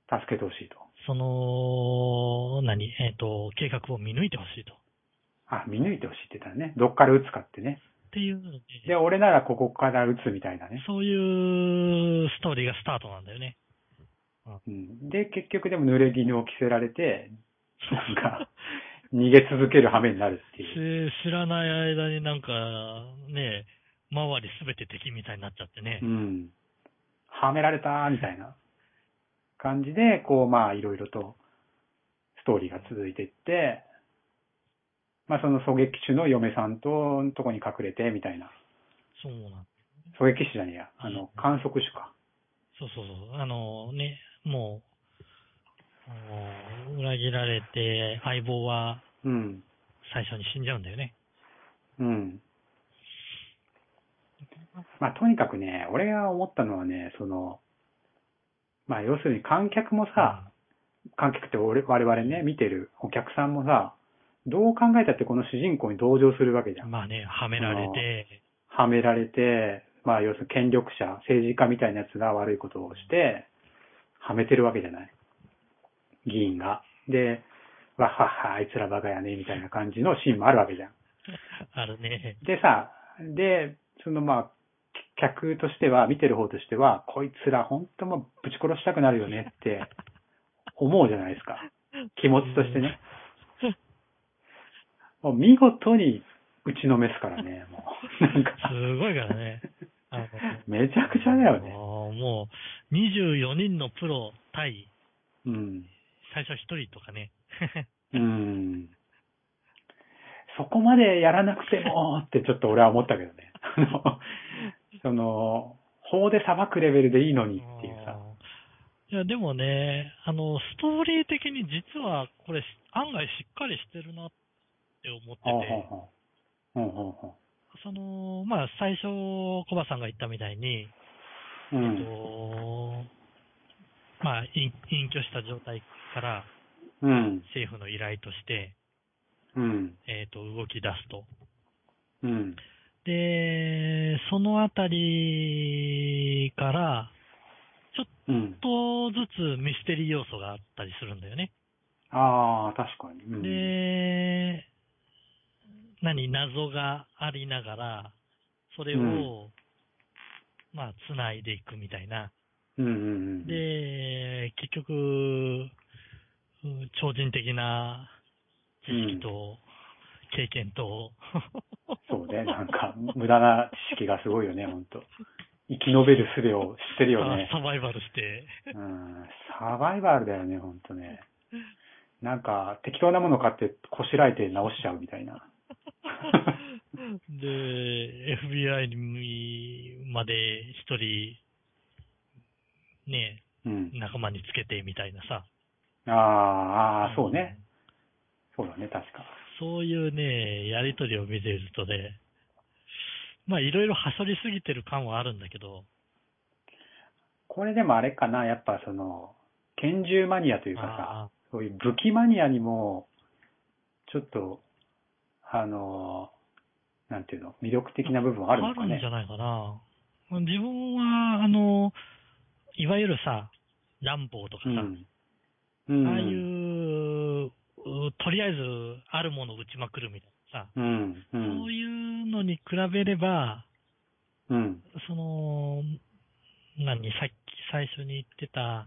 A: 助けてほしいと。
B: その、何、えっ、と、計画を見抜いてほしいと。っ
A: あ、見抜いてほしいって言ったらね、どっから撃つかってね。
B: ていうので、
A: で、俺ならここから撃つみたいなね。
B: そういうストーリーがスタートなんだよね。
A: うん、で、結局でも濡れ衣を着せられて、なんか、逃げ続ける羽目になるっていう。
B: し知らない間になんか、ね、周りすべて敵みたいになっちゃってね。
A: うん。はめられたーみたいな感じで、こう、まあ、いろいろとストーリーが続いていって、まあ、その狙撃手の嫁さんと、とこに隠れて、みたいな。
B: そうなん。
A: 狙撃手じゃねえや。あの、観測手か。
B: そうそうそう。あのね、もう、あの裏切られて、相棒は
A: うん。
B: 最初に死んじゃうんだよね。
A: うん。まあ、とにかくね、俺が思ったのはね、その、まあ、要するに観客もさ、観客って俺我々ね、見てるお客さんもさ、どう考えたってこの主人公に同情するわけじゃん。
B: まあね、はめられて、
A: はめられて、まあ要するに権力者、政治家みたいなやつが悪いことをして、はめてるわけじゃない。議員が。で、わっはっは、あいつらバカやね、みたいな感じのシーンもあるわけじゃん。
B: あるね。
A: でさ、で、そのまあ、客としては、見てる方としては、こいつら本当もうぶち殺したくなるよねって 思うじゃないですか。気持ちとしてね。もう見事に打ちのめすからね、もう。 なんか、
B: すごいからね。あの
A: めちゃくちゃだよね。
B: もう、24人のプロ対
A: うん。
B: 最初1人とかね。
A: うん。そこまでやらなくてもってちょっと俺は思ったけどね。あのその、法で裁くレベルでいいのに っていうさ。
B: いや、でもね、あの、ストーリー的に実はこれ、案外しっかりしてるなって思って
A: ほうほう
B: て、
A: ほう。ほうほうほう。
B: その、まあ、最初、コバさんが言ったみたいに、
A: う
B: えっ
A: ん。
B: と、まあ、隠隠居した状態から
A: うん。
B: 政府の依頼として、
A: うん。
B: えっと、動き出すと。
A: うん。
B: で、そのあたりから、
A: うん。
B: ちょっとずつミステリー要素があったりするんだよね。
A: ああ、確かに。うん。
B: で、何、謎がありながら、それを、
A: うん
B: まあ、つないでいくみたいな。
A: うんうんうん。
B: で、結局、うん超人的な知識と、経験と、
A: そうね。なんか、無駄な知識がすごいよね、ほんと。生き延びる術を知ってるよ ね。
B: サバイバルして、
A: うん。サバイバルだよね、ほんとね。なんか、適当なもの買ってこしらえて直しちゃうみたいな。
B: で、FBI にまで一人、ね、
A: うん。
B: 仲間につけてみたいなさ。
A: ああ、ああ、そうね。そうだね、確か。
B: そういうね、やりとりを見ているとね、まあいろいろはしょりすぎてる感はあるんだけど、
A: これでもあれかな、やっぱその、拳銃マニアというかさ、
B: あ
A: そういう武器マニアにも、ちょっと、あのー、なんていうの、魅力的な部分はあるのか
B: あるん
A: ね
B: じ。ゃないかな。自分は、あの、いわゆるさ、ランボーとか
A: う
B: さ、
A: ん。うん。
B: ああいう、うとりあえずあるものを打ちまくるみたいなさ、
A: うん。う。
B: そうんいうのに比べれば、
A: うん。
B: その、何、さっき最初に言ってた、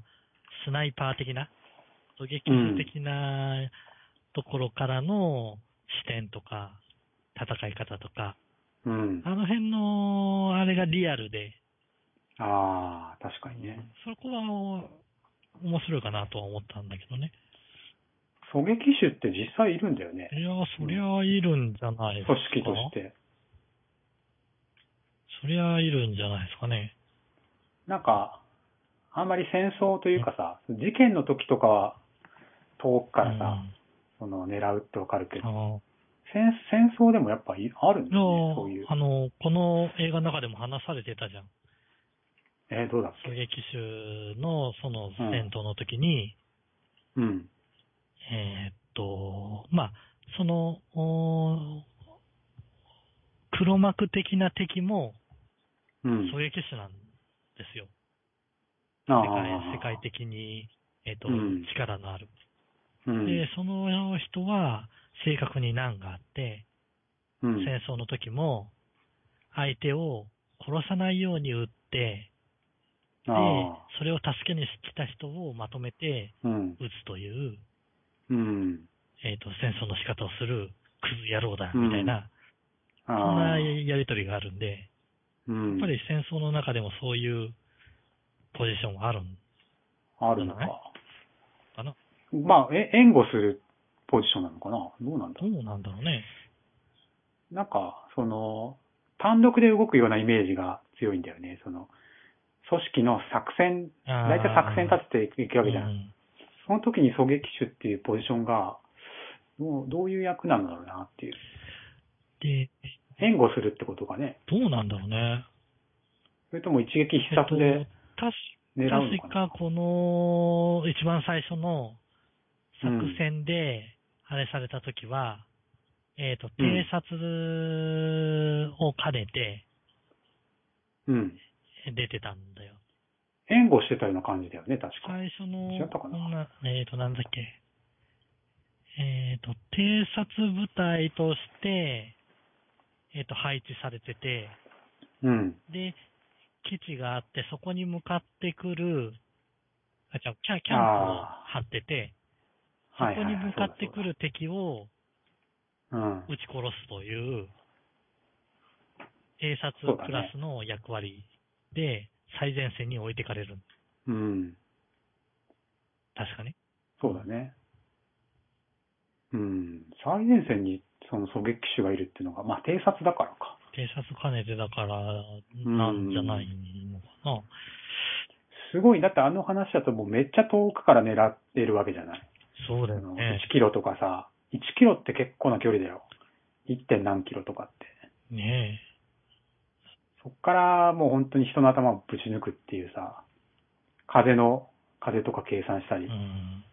B: スナイパー的な、狙撃手的なところからの視点とか、戦い方とか、
A: うん。
B: あの辺の、あれがリアルで、
A: ああ、確かにね。
B: そこは、面白いかなとは思ったんだけどね。
A: 狙撃手って実際いるんだよね。
B: いやー、そりゃいるんじゃないですか。
A: 組織として。
B: そりゃいるんじゃないですかね。
A: なんか、あんまり戦争というかさ、事件の時とかは遠くからさ、その狙うってわかるけ
B: うん、
A: ど、
B: あ
A: 戦戦争でもやっぱいあるん
B: ー
A: だよね、そういう
B: あ。の、この映画の中でも話されてたじゃん。
A: えーどうだっけ
B: 狙撃手のその戦闘の時に、
A: うん。
B: えーっと、まあ、その、おー黒幕的な敵も
A: うん。
B: 狙撃手なんですよ。
A: あ
B: 世
A: ー
B: 界世界的に、えーっと、
A: うん
B: 力のある。
A: うん。
B: で、その人は正確に難があって、
A: うん
B: 戦争の時も相手を殺さないように撃って、で
A: あ、
B: それを助けに来た人をまとめて
A: ーうん。
B: 撃つという、
A: うん。
B: えっ、と、戦争の仕方をするクズ野郎だ、みたいな、
A: あ
B: そんな
A: あー。
B: やりとりがあるんで、
A: うん
B: やっぱり戦争の中でもそういうポジションはあるん
A: あるの
B: じゃ
A: か。
B: かな。
A: まあ、え、援護するポジションなのかなどうなんだ
B: どうなんだろうね。
A: なんか、その、単独で動くようなイメージが強いんだよね。その、組織の作戦、
B: あー
A: 大体作戦立てていくわけじゃ。
B: うんん
A: その時に狙撃手っていうポジションが、どうどういう役なんだろうなっていう。
B: で、
A: 援護するってことがね。
B: どうなんだろうね。
A: それとも一撃必殺で
B: えっ
A: 狙
B: と
A: うの
B: 確
A: か
B: 確
A: な
B: かこの一番最初の作戦であれされた時は、えっ、と、偵察を兼ねて
A: うん。
B: 出てたんだよ。
A: 援護してたような感じだよね、確か。
B: 最初の、
A: 違ったかな
B: こんなえっ、と、なんだっけ。えっ、と、偵察部隊として、えっ、と、配置されてて、
A: うん。
B: で、基地があって、そこに向かってくる、あ、じゃあキャキャンプを
A: あ
B: 張ってて、そ
A: はい
B: こ
A: はい
B: に
A: はい
B: 向かってくる敵を
A: そうだそうだ
B: 撃ち殺すという、偵
A: そう
B: 察
A: だね
B: クラスの役割で、最前線に置いてかれる。
A: うん。うん。
B: 確かね。
A: そうだね。うん。最前線にその狙撃手がいるっていうのが、まあ偵察だからか。
B: 偵察兼ねてだから、なんじゃないのかな。
A: すごい、だってあの話だともうめっちゃ遠くから狙ってるわけじゃない。
B: そうだ
A: あ
B: よ
A: の
B: ね。
A: 1キロとかさ、1キロって結構な距離だよ。1. 点何キロとかって。
B: ね
A: そっからもう本当に人の頭をぶち抜くっていうさ、風の、風とか計算した
B: え。
A: り
B: う。ん。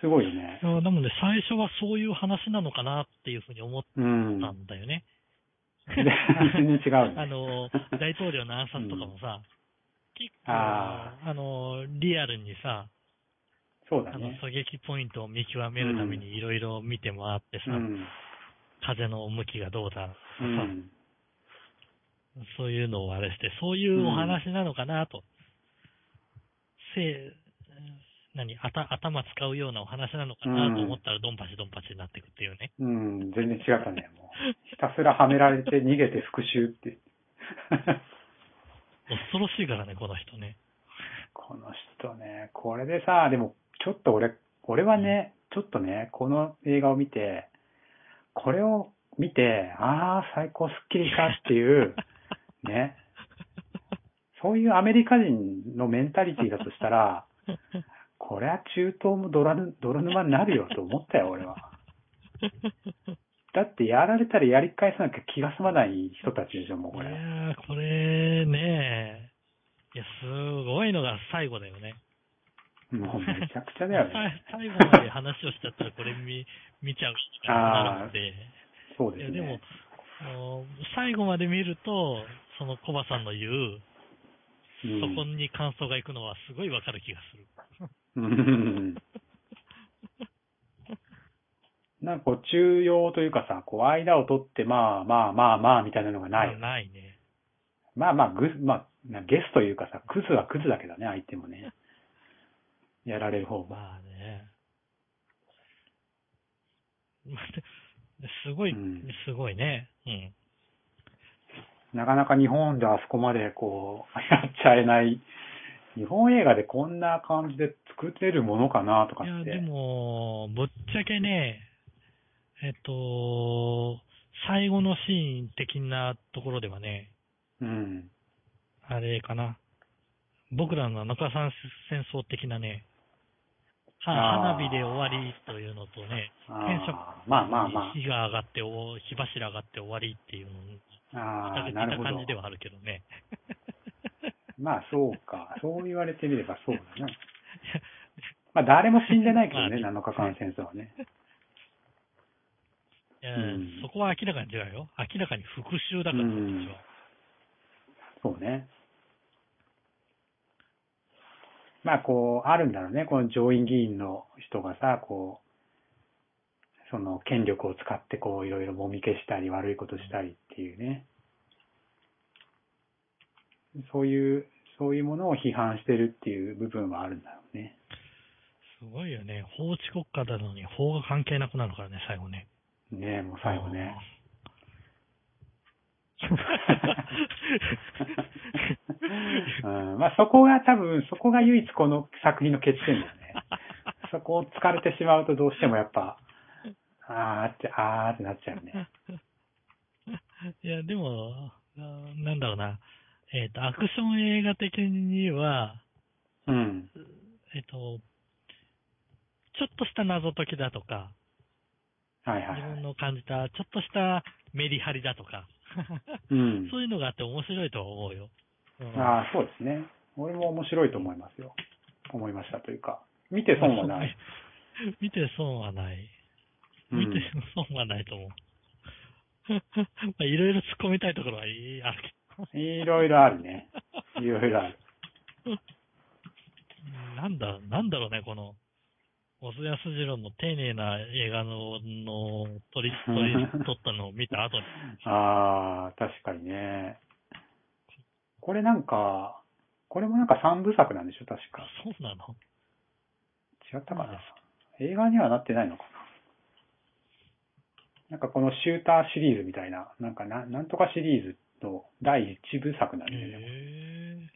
A: すごいよね
B: い。や、なので最初はそういう話なのかなっていうふうに思っ
A: うん。
B: たんだよね。
A: 全然違う、ね。
B: あの、大統領の暗殺とかもさ、結構、
A: あ
B: あの、リアルにさ、
A: そうだ
B: あの、
A: ね。
B: 狙撃ポイントを見極めるためにいろいろ見てもらって
A: う
B: さ、
A: ん。
B: 風の向きがどうだとか
A: う
B: さ、
A: ん。
B: そういうのをあれして、そういうお話なのかなと。せ、何あた頭使うようなお話なのかなと思ったら、ドンパチドンパチになっていくっていうね。
A: うん、全然違ったね。もうひたすらはめられて逃げて復讐って。
B: 恐ろしいからね、この人ね。
A: この人ね、これでさ、でも、ちょっと俺、俺はね、ちょっとね、この映画を見て、これを見て、ああ、最高スッキリしたって いう、ね。そういうアメリカ人のメンタリティだとしたら、これは中東も泥ぬ泥沼になるよと思ったよ、俺は。だって、やられたらやり返さなきゃ気が済まない人たちでしょ、もう
B: い
A: こ
B: や
A: れ。
B: ー、これねいや、すごいのが最後だよね。
A: もうめちゃくちゃだよ
B: さ
A: ね。
B: い最後まで話をしちゃったら、これ見、見ちゃうしかなるので。
A: そうで
B: い
A: す
B: や、
A: ね。
B: でも、あの最後まで見ると、そのコバさんの言う、
A: うん
B: そこに感想が行くのはすごいわかる気がする。
A: うんなんかこう中庸というかさ、こう間を取って、まあまあまあまあみたいなのがない。
B: ないね。
A: まあまあ、ぐ、まあ、ゲスというかさ、クズはクズだけどね、相手もね。やられる方も。
B: まあね。 まあですごい、
A: うん
B: すごいね。うん。
A: なかなか日本であそこまでこう、やっちゃえない日本映画でこんな感じで作れるものかなとか
B: い
A: っ
B: や、
A: て。
B: でも、ぶっちゃけね、えっと、最後のシーン的なところではね、
A: うん。
B: あれかな。僕らの7日間戦争的なね、は
A: あー
B: 花火で終わりというのとね、
A: あーまあまあま
B: 火が上がってお、火柱上がって終わりっていうのに、
A: あ。あ
B: だ
A: あ、
B: け
A: な
B: た
A: るほ
B: 感じで
A: ど。
B: はあるけどね。
A: まあそうか。そう言われてみればそうだね。まあ誰も死んでないけどね、
B: ま
A: 7日間戦争はね。
B: いや
A: うん
B: そこは明らかに違うよ。明らかに復讐だから、
A: うんそうね。まあこう、あるんだろうね。この上院議員の人がさ、こう、その権力を使ってこう、いろいろもみ消したり、悪いことしたりっていうね。そういう、そういうものを批判してるっていう部分はあるんだろうね。
B: すごいよね。法治国家なのに法が関係なくなるからね、最後ね。
A: ねえ、もう最後ね。 うん、まあそこが多分、そこが唯一この作品の欠点だよね。そこを疲れてしまうとどうしてもやっぱ、あーって、あーってなっちゃうね。
B: いや、でも、ななんだろうな。えっ、と、アクション映画的には、
A: うん。
B: えっ、と、ちょっとした謎解きだとか、
A: はいはい
B: 自
A: は
B: 分
A: い。
B: の感じたちょっとしたメリハリだ とか、
A: うん
B: そ。ういうのがあって面白いとは思うよ。うん
A: ああ、そうですね。俺も面白いと思いますよ。思いましたというか。見て損はない。。
B: 見て損はない。
A: うん
B: 見て損はないと思う。 まあいろいろ突っ込みたいところはいいある
A: いろいろあるね。いろいろある。
B: けど、なんだ、なんだろうね、この、小津安二郎の丁寧な映画の、の、取 り、取り、取ったのを見た後に、
A: ああ、確かにね。これなんか、これもなんか三部作なんでしょ確
B: あ
A: か。
B: そうなの
A: 違ったか
B: そうで
A: な映画にはなってないのかななんかこのシューターシリーズみたいな、なんかななんとかシリーズの第一部作なん
B: へ
A: だよね。
B: え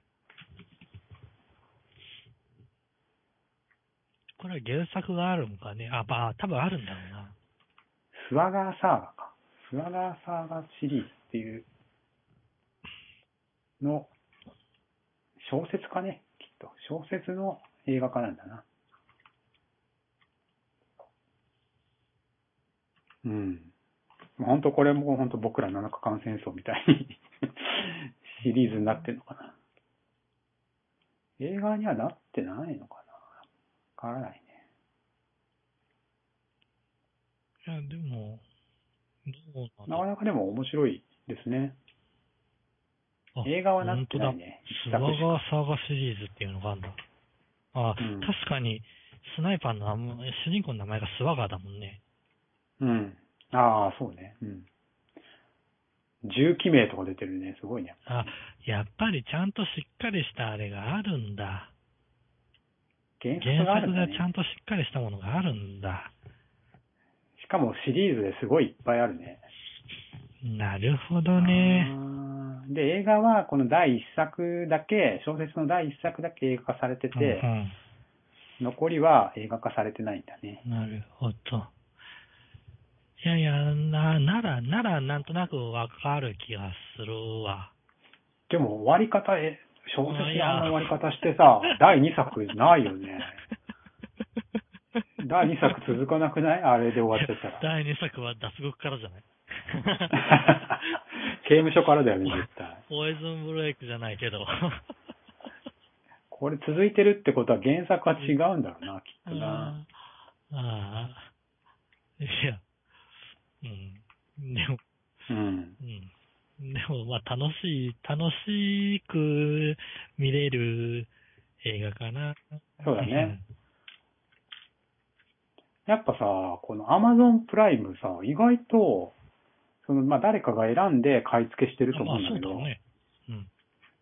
B: これは原作があるんかね。あ、まあ、多分あるんだろうな。
A: スワガーサーガか。スワガーサーガシリーズっていうの小説かね、きっと。小説の映画化なんだな。うん。本当これも本当僕ら7日間戦争みたいに シリーズになってるのかな。映画にはなってないのかな。わからないね。
B: いや、でも、どうな
A: なか
B: の
A: なかでも面白いですね。映画はなってないね。
B: スワガーサーガシリーズっていうのがあるんだ。あ、
A: うん
B: 確かに、スナイパーの名前主人公の名前がスワガーだもんね。
A: うん。ああ、そうね。うん。重機名とか出てるね。すごいね。
B: あ、やっぱりちゃんとしっかりしたあれがあるんだ。
A: 原
B: 原
A: 作がある
B: 作
A: んだ
B: が
A: ね
B: ち。ゃんとしっかりしたものがあるんだ。
A: しかもシリーズですごいいっぱいあるね。
B: なるほどね。
A: あーで、映画はこの第一作だけ、小説の第一作だけ映画化されてて
B: う、ん
A: 残りは映画化されてないんだね。
B: うん、なるほど。いやいや、な、なら、なら、なんとなくわかる気がするわ。
A: でも終わり方、え、小説
B: あ
A: の
B: いや
A: あんな終わり方してさ、第二作ないよ ね。第二作続かなくないあれで終わっちゃったら。
B: 第2作は脱獄からじ ゃない
A: 刑務所からだよね、絶対。
B: ポイズンブレイクじゃないけど。
A: これ続いてるってことは原作は違うんだろうな、きっとな。
B: あーあー。いや、うん。でも、
A: うん。
B: うん。でも、まあ、楽しい、楽しく見れる映画かな。
A: そうだね。やっぱさ、この Amazon プライムさ、意外と、その、まあ、誰かが選んで買い付けして
B: う
A: る
B: ん。
A: と思うん
B: まあ
A: だ
B: そ
A: け
B: うだ
A: ど、
B: ね。うん。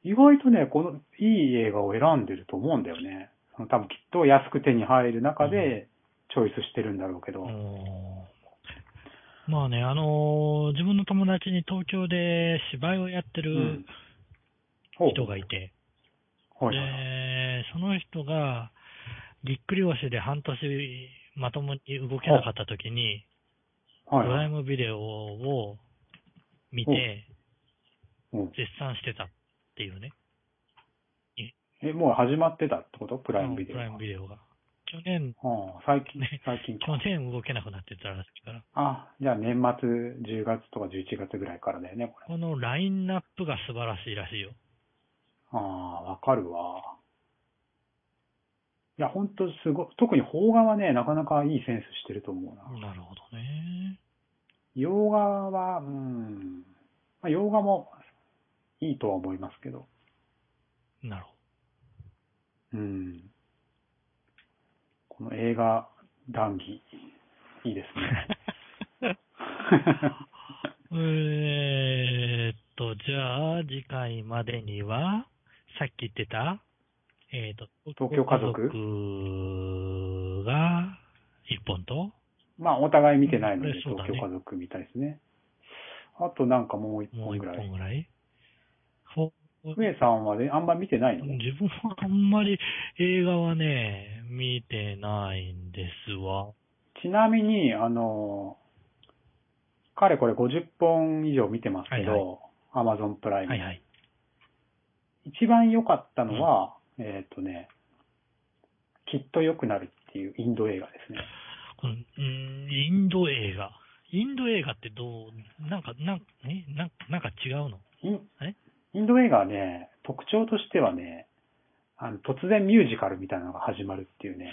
A: 意外とね、この、いい映画を選んでると思うんだよね。その多分きっと安く手に入る中で、チョイスしてるんだろうけど。うん。
B: おーまあね、あのー自分の友達に東京で芝居をやってる
A: ほう
B: 人がいて、
A: はいはいはい。
B: で、その人が、ぎっくり腰で半年まともに動けなかった時に、プ
A: はいは
B: ライ
A: い。
B: ムビデオを見て、
A: うん
B: 絶賛してたっていうね。
A: え、もう始まってたってことプ
B: プ
A: ライムビデオ
B: プ
A: が。
B: ライムビデオが。去年、
A: ああ、最近
B: ね、
A: 最近か。
B: 去年動けなくなってたらしいから、
A: あ、じゃあ年末10月とか11月ぐらいからだよね、これ。
B: このラインナップが素晴らしいらしいよ。
A: ああ、わかるわ。いや、ほんとすごい。特に邦画はね、なかなかいいセンスしてると思うな。
B: なるほどね。
A: 洋画は、うん。まあ、洋画もいいとは思いますけど。
B: なるほ
A: うん。この映画談義、いいですね。
B: ど。えーっと、じゃあ、次回までには、さっき言ってた、えーっと、
A: 東京家族
B: 族が、一本と、
A: まあ、お互い見てないので、
B: うんそうだ
A: 東
B: ね
A: 京家族みたいですね。あとなんかもう一
B: もう
A: 本
B: 一
A: ぐら
B: 本
A: い。
B: ぐらいほ
A: 上さんはね、あんま見てないの
B: 自分はあんまり映画はね、見てないんですわ。
A: ちなみに、あの、彼これ50本以上見てますけ
B: はい
A: ど、アマゾンプライム。
B: はいはい。
A: 一番良かったのは、えっ、とね、きっと良くなるっていうインド映画ですね。
B: この、うーんインド映画。インド映画ってどう、なんか、なんか、えなんなんか違 うの
A: イン
B: え
A: インド映画はね、特徴としてはね、あの、突然ミュージカルみたいなのが始まるっていうね、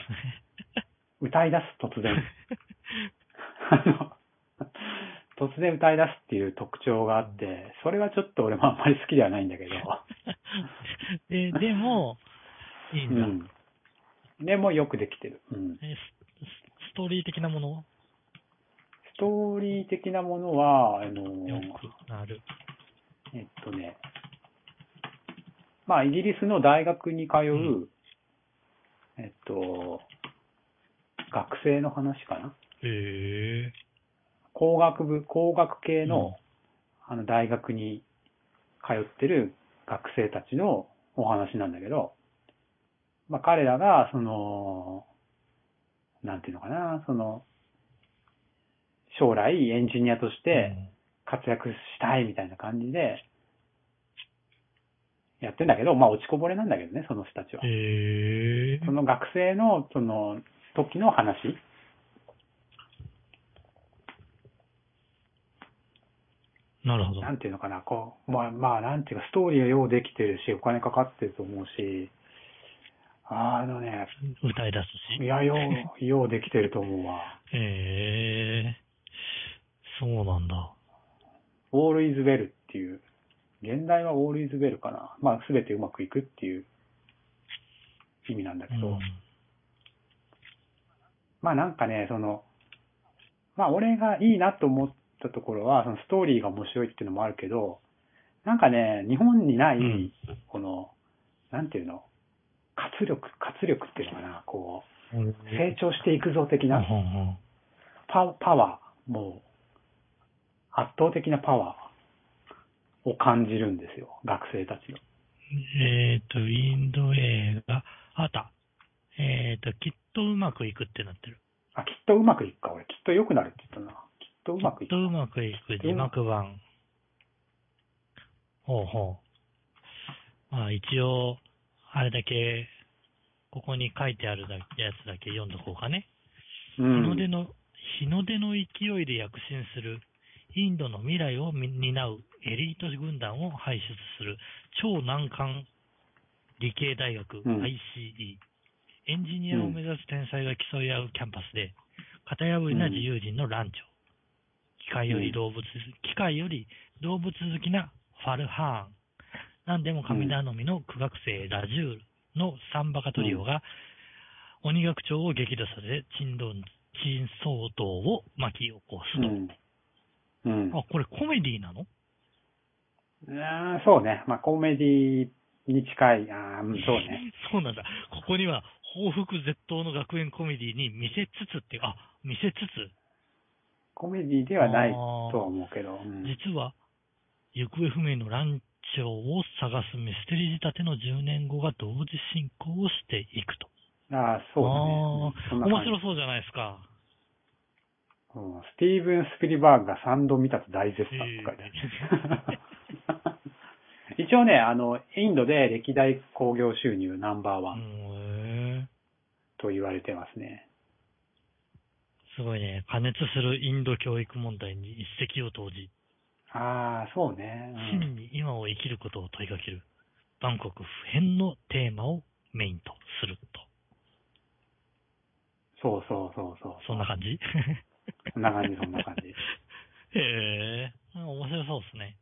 A: 歌い出す突 然。あの、突然歌い出すっていう特徴があって、それはちょっと俺もあんまり好きではないんだけど、
B: で、でも、いいんだ。
A: うん。でもよくできてる。うん。
B: えススストーリー的なもの
A: ストーリー的なものは、あの、
B: よくなる。
A: えっとね、まあ、イギリスの大学に通う、
B: うん
A: えっと、学生の話かな
B: へえ。
A: 工学部、工学系の、
B: うん
A: あの、大学に通ってる学生たちのお話なんだけど、まあ、彼らが、その、なんていうのかな、その、将来エンジニアとして、活躍したいみたいな感じで、やってんだけど、まあ落ちこぼれなんだけどね、その人たちは
B: うん、。へえ。
A: その学生の、その、時の話。
B: なるほど。
A: なんていうのかな、こう、まあ、まあ、なんていうか、ストーリーがようできてるし、お金かかってると思うし、あのね、
B: 歌い出
A: い
B: すし。
A: や、よう、ようできてると思うわ。
B: へえ。そうなんだ。
A: All is well っていう、現代は All is well かな。まあ、すべてうまくいくっていう意味なんだけど、
B: うん
A: まあなんかね、その、まあ俺がいいなと思ったところは、そのストーリーが面白いっていうのもあるけど、なんかね、日本にない、
B: うん
A: この、なんていうの、活力、活力っていうのかな、こう、成長していくぞ的な、
B: うんうんうん
A: パパワー、もう、圧倒的なパワーを感じるんですよ、学生たちの。
B: えっ、と、インド映画、あった。えっ、と、きっとうまくいくってなってる。
A: あ、きっとうまくいくか、俺、きっと良くなるって言ったな。きっとうまく
B: き
A: い
B: っ
A: く
B: と。うまくいく字幕版。ほうほう。まあ一応、あれだけ、ここに書いてあるだけやつだけ読んどこうかね。
A: う
B: 日の出
A: ん。
B: の、日の出の勢いで躍進する、インドの未来を担うエリート軍団を輩出する、超難関理系大学、
A: うん
B: ICE。エンジニアを目指す天才が競い合うキャンパスで、型破りな自由人のランチョ機械より動物、機械より動物好きなファルハーン。何でも神頼みの苦学生ラジュールのサンバカトリオが、鬼学長を激怒させ、珍道珍騒動を巻き起こす
A: う
B: と。
A: ん。うん。
B: あ、これコメディなの
A: あーそうね。まあ、コメディに近い。ああ、うんそうね。。
B: そうなんだ。ここには、報復絶倒の学園コメディに見せつつっていう、あ、見せつつ、
A: コメディではないとは思うけど。うん、
B: 実は、行方不明のラン象を探すミステリー仕立ての10年後が同時進行をしていくと。
A: ああ、そうだね。
B: ああ、面白
A: い、
B: そうじゃないですか。
A: うん。スティーブン・スピリバーグが3度見たと大絶賛って書いてある。 一応ね、あの、インドで歴代興行収入ナンバーワ
B: う
A: ン
B: んへえ
A: と言われてますね。
B: すごいね。加熱するインド教育問題に一石を投じ、
A: ああ、そうね。うん
B: 真に今を生きることを問いかける、バンコク普遍のテーマをメインとすると。
A: そうそうそうそう。
B: そんな感じ
A: そんな感じ、そんな感じ。
B: へえ面白そうですね。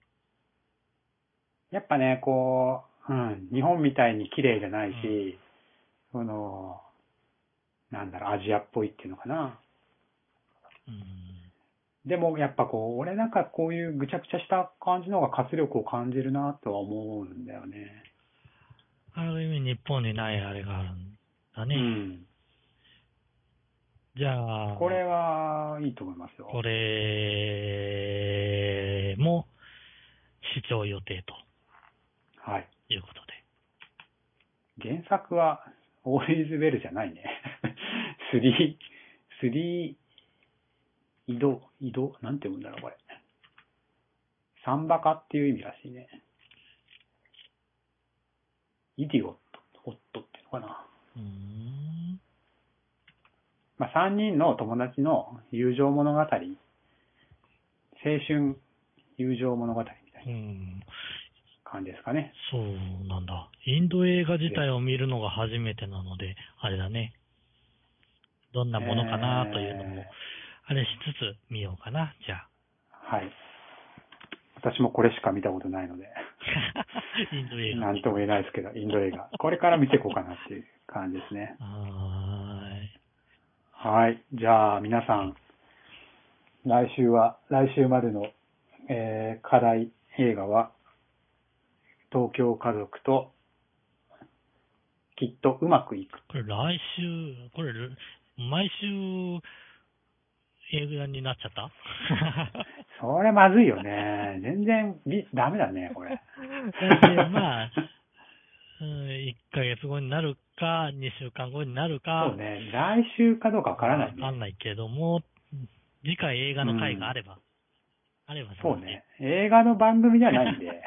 A: やっぱね、こう、うん、日本みたいに綺麗じゃないし、その、なんだろう、アジアっぽいっていうのかな。
B: うん。
A: でもやっぱこう、俺なんかこういうぐちゃぐちゃした感じの方が活力を感じるなとは思うんだよね。
B: ある意味日本にないあれがあるんだね。
A: うん。
B: じゃあ、
A: これはいいと思いますよ。
B: これも視聴予定
A: はい。
B: ということで。
A: 原作は、オールイズベルじゃないね。 スリー、スリー、移動、移動、なんて読むんだろう、これ。サンバカっていう意味らしいね。イディオット、ホットっていうのかな。
B: うーん。。
A: まあ、三人の友達の友情物語。青春友情物語みたいうなん感じですかね。
B: そうなんだ。インド映画自体を見るのが初めてなので、あれだね。どんなものかなというのも、
A: えー
B: あれしつつ見ようかな、じゃ あ。
A: はい。私もこれしか見たことないので。
B: インド映画。
A: なんとも言えないですけど、インド映画。これから見ていこうかなっていう感じですね。
B: はーい。
A: はい。じゃあ、皆さん、来週は、来週までの、えー、課題映画は、東京家族と、きっとうまくいく。
B: これ来週、これ、毎週、映画になっちゃった
A: それまずいよね。全然、びダメだね、こ れ。
B: 来週、まあ、うん、1ヶ月後になるか、2週間後になるか、
A: そうね。来週かどうかわからない
B: わか
A: ね。
B: んないけども、次回映画の回があれば、あれば
A: そうね。映画の番組ではないんで。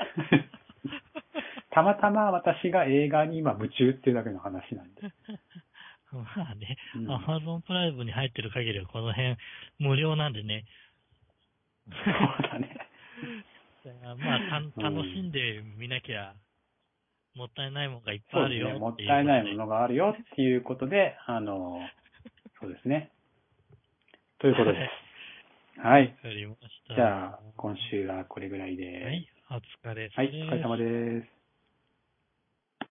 A: たまたま私が映画に今夢中っていうだけの話なんで。
B: その時。 まあね
A: う、ん
B: アマゾンプライムに入ってる限りはこの辺無料なんでね。
A: そうだね。
B: まあ、
A: う
B: た
A: ん
B: 楽しんで見なきゃ、もったいないもんがいっ
A: そ
B: ぱい
A: う
B: あ
A: で
B: る
A: す
B: よ
A: ね。もっ
B: ってう
A: たいない
B: こと
A: も
B: で
A: のがあるよっていうことで、あの、そうですね。ということです。はい。
B: わかりました。
A: じゃあ、今週はこれぐらいで。
B: はい、お疲れ様です。
A: はい、お疲れ様です。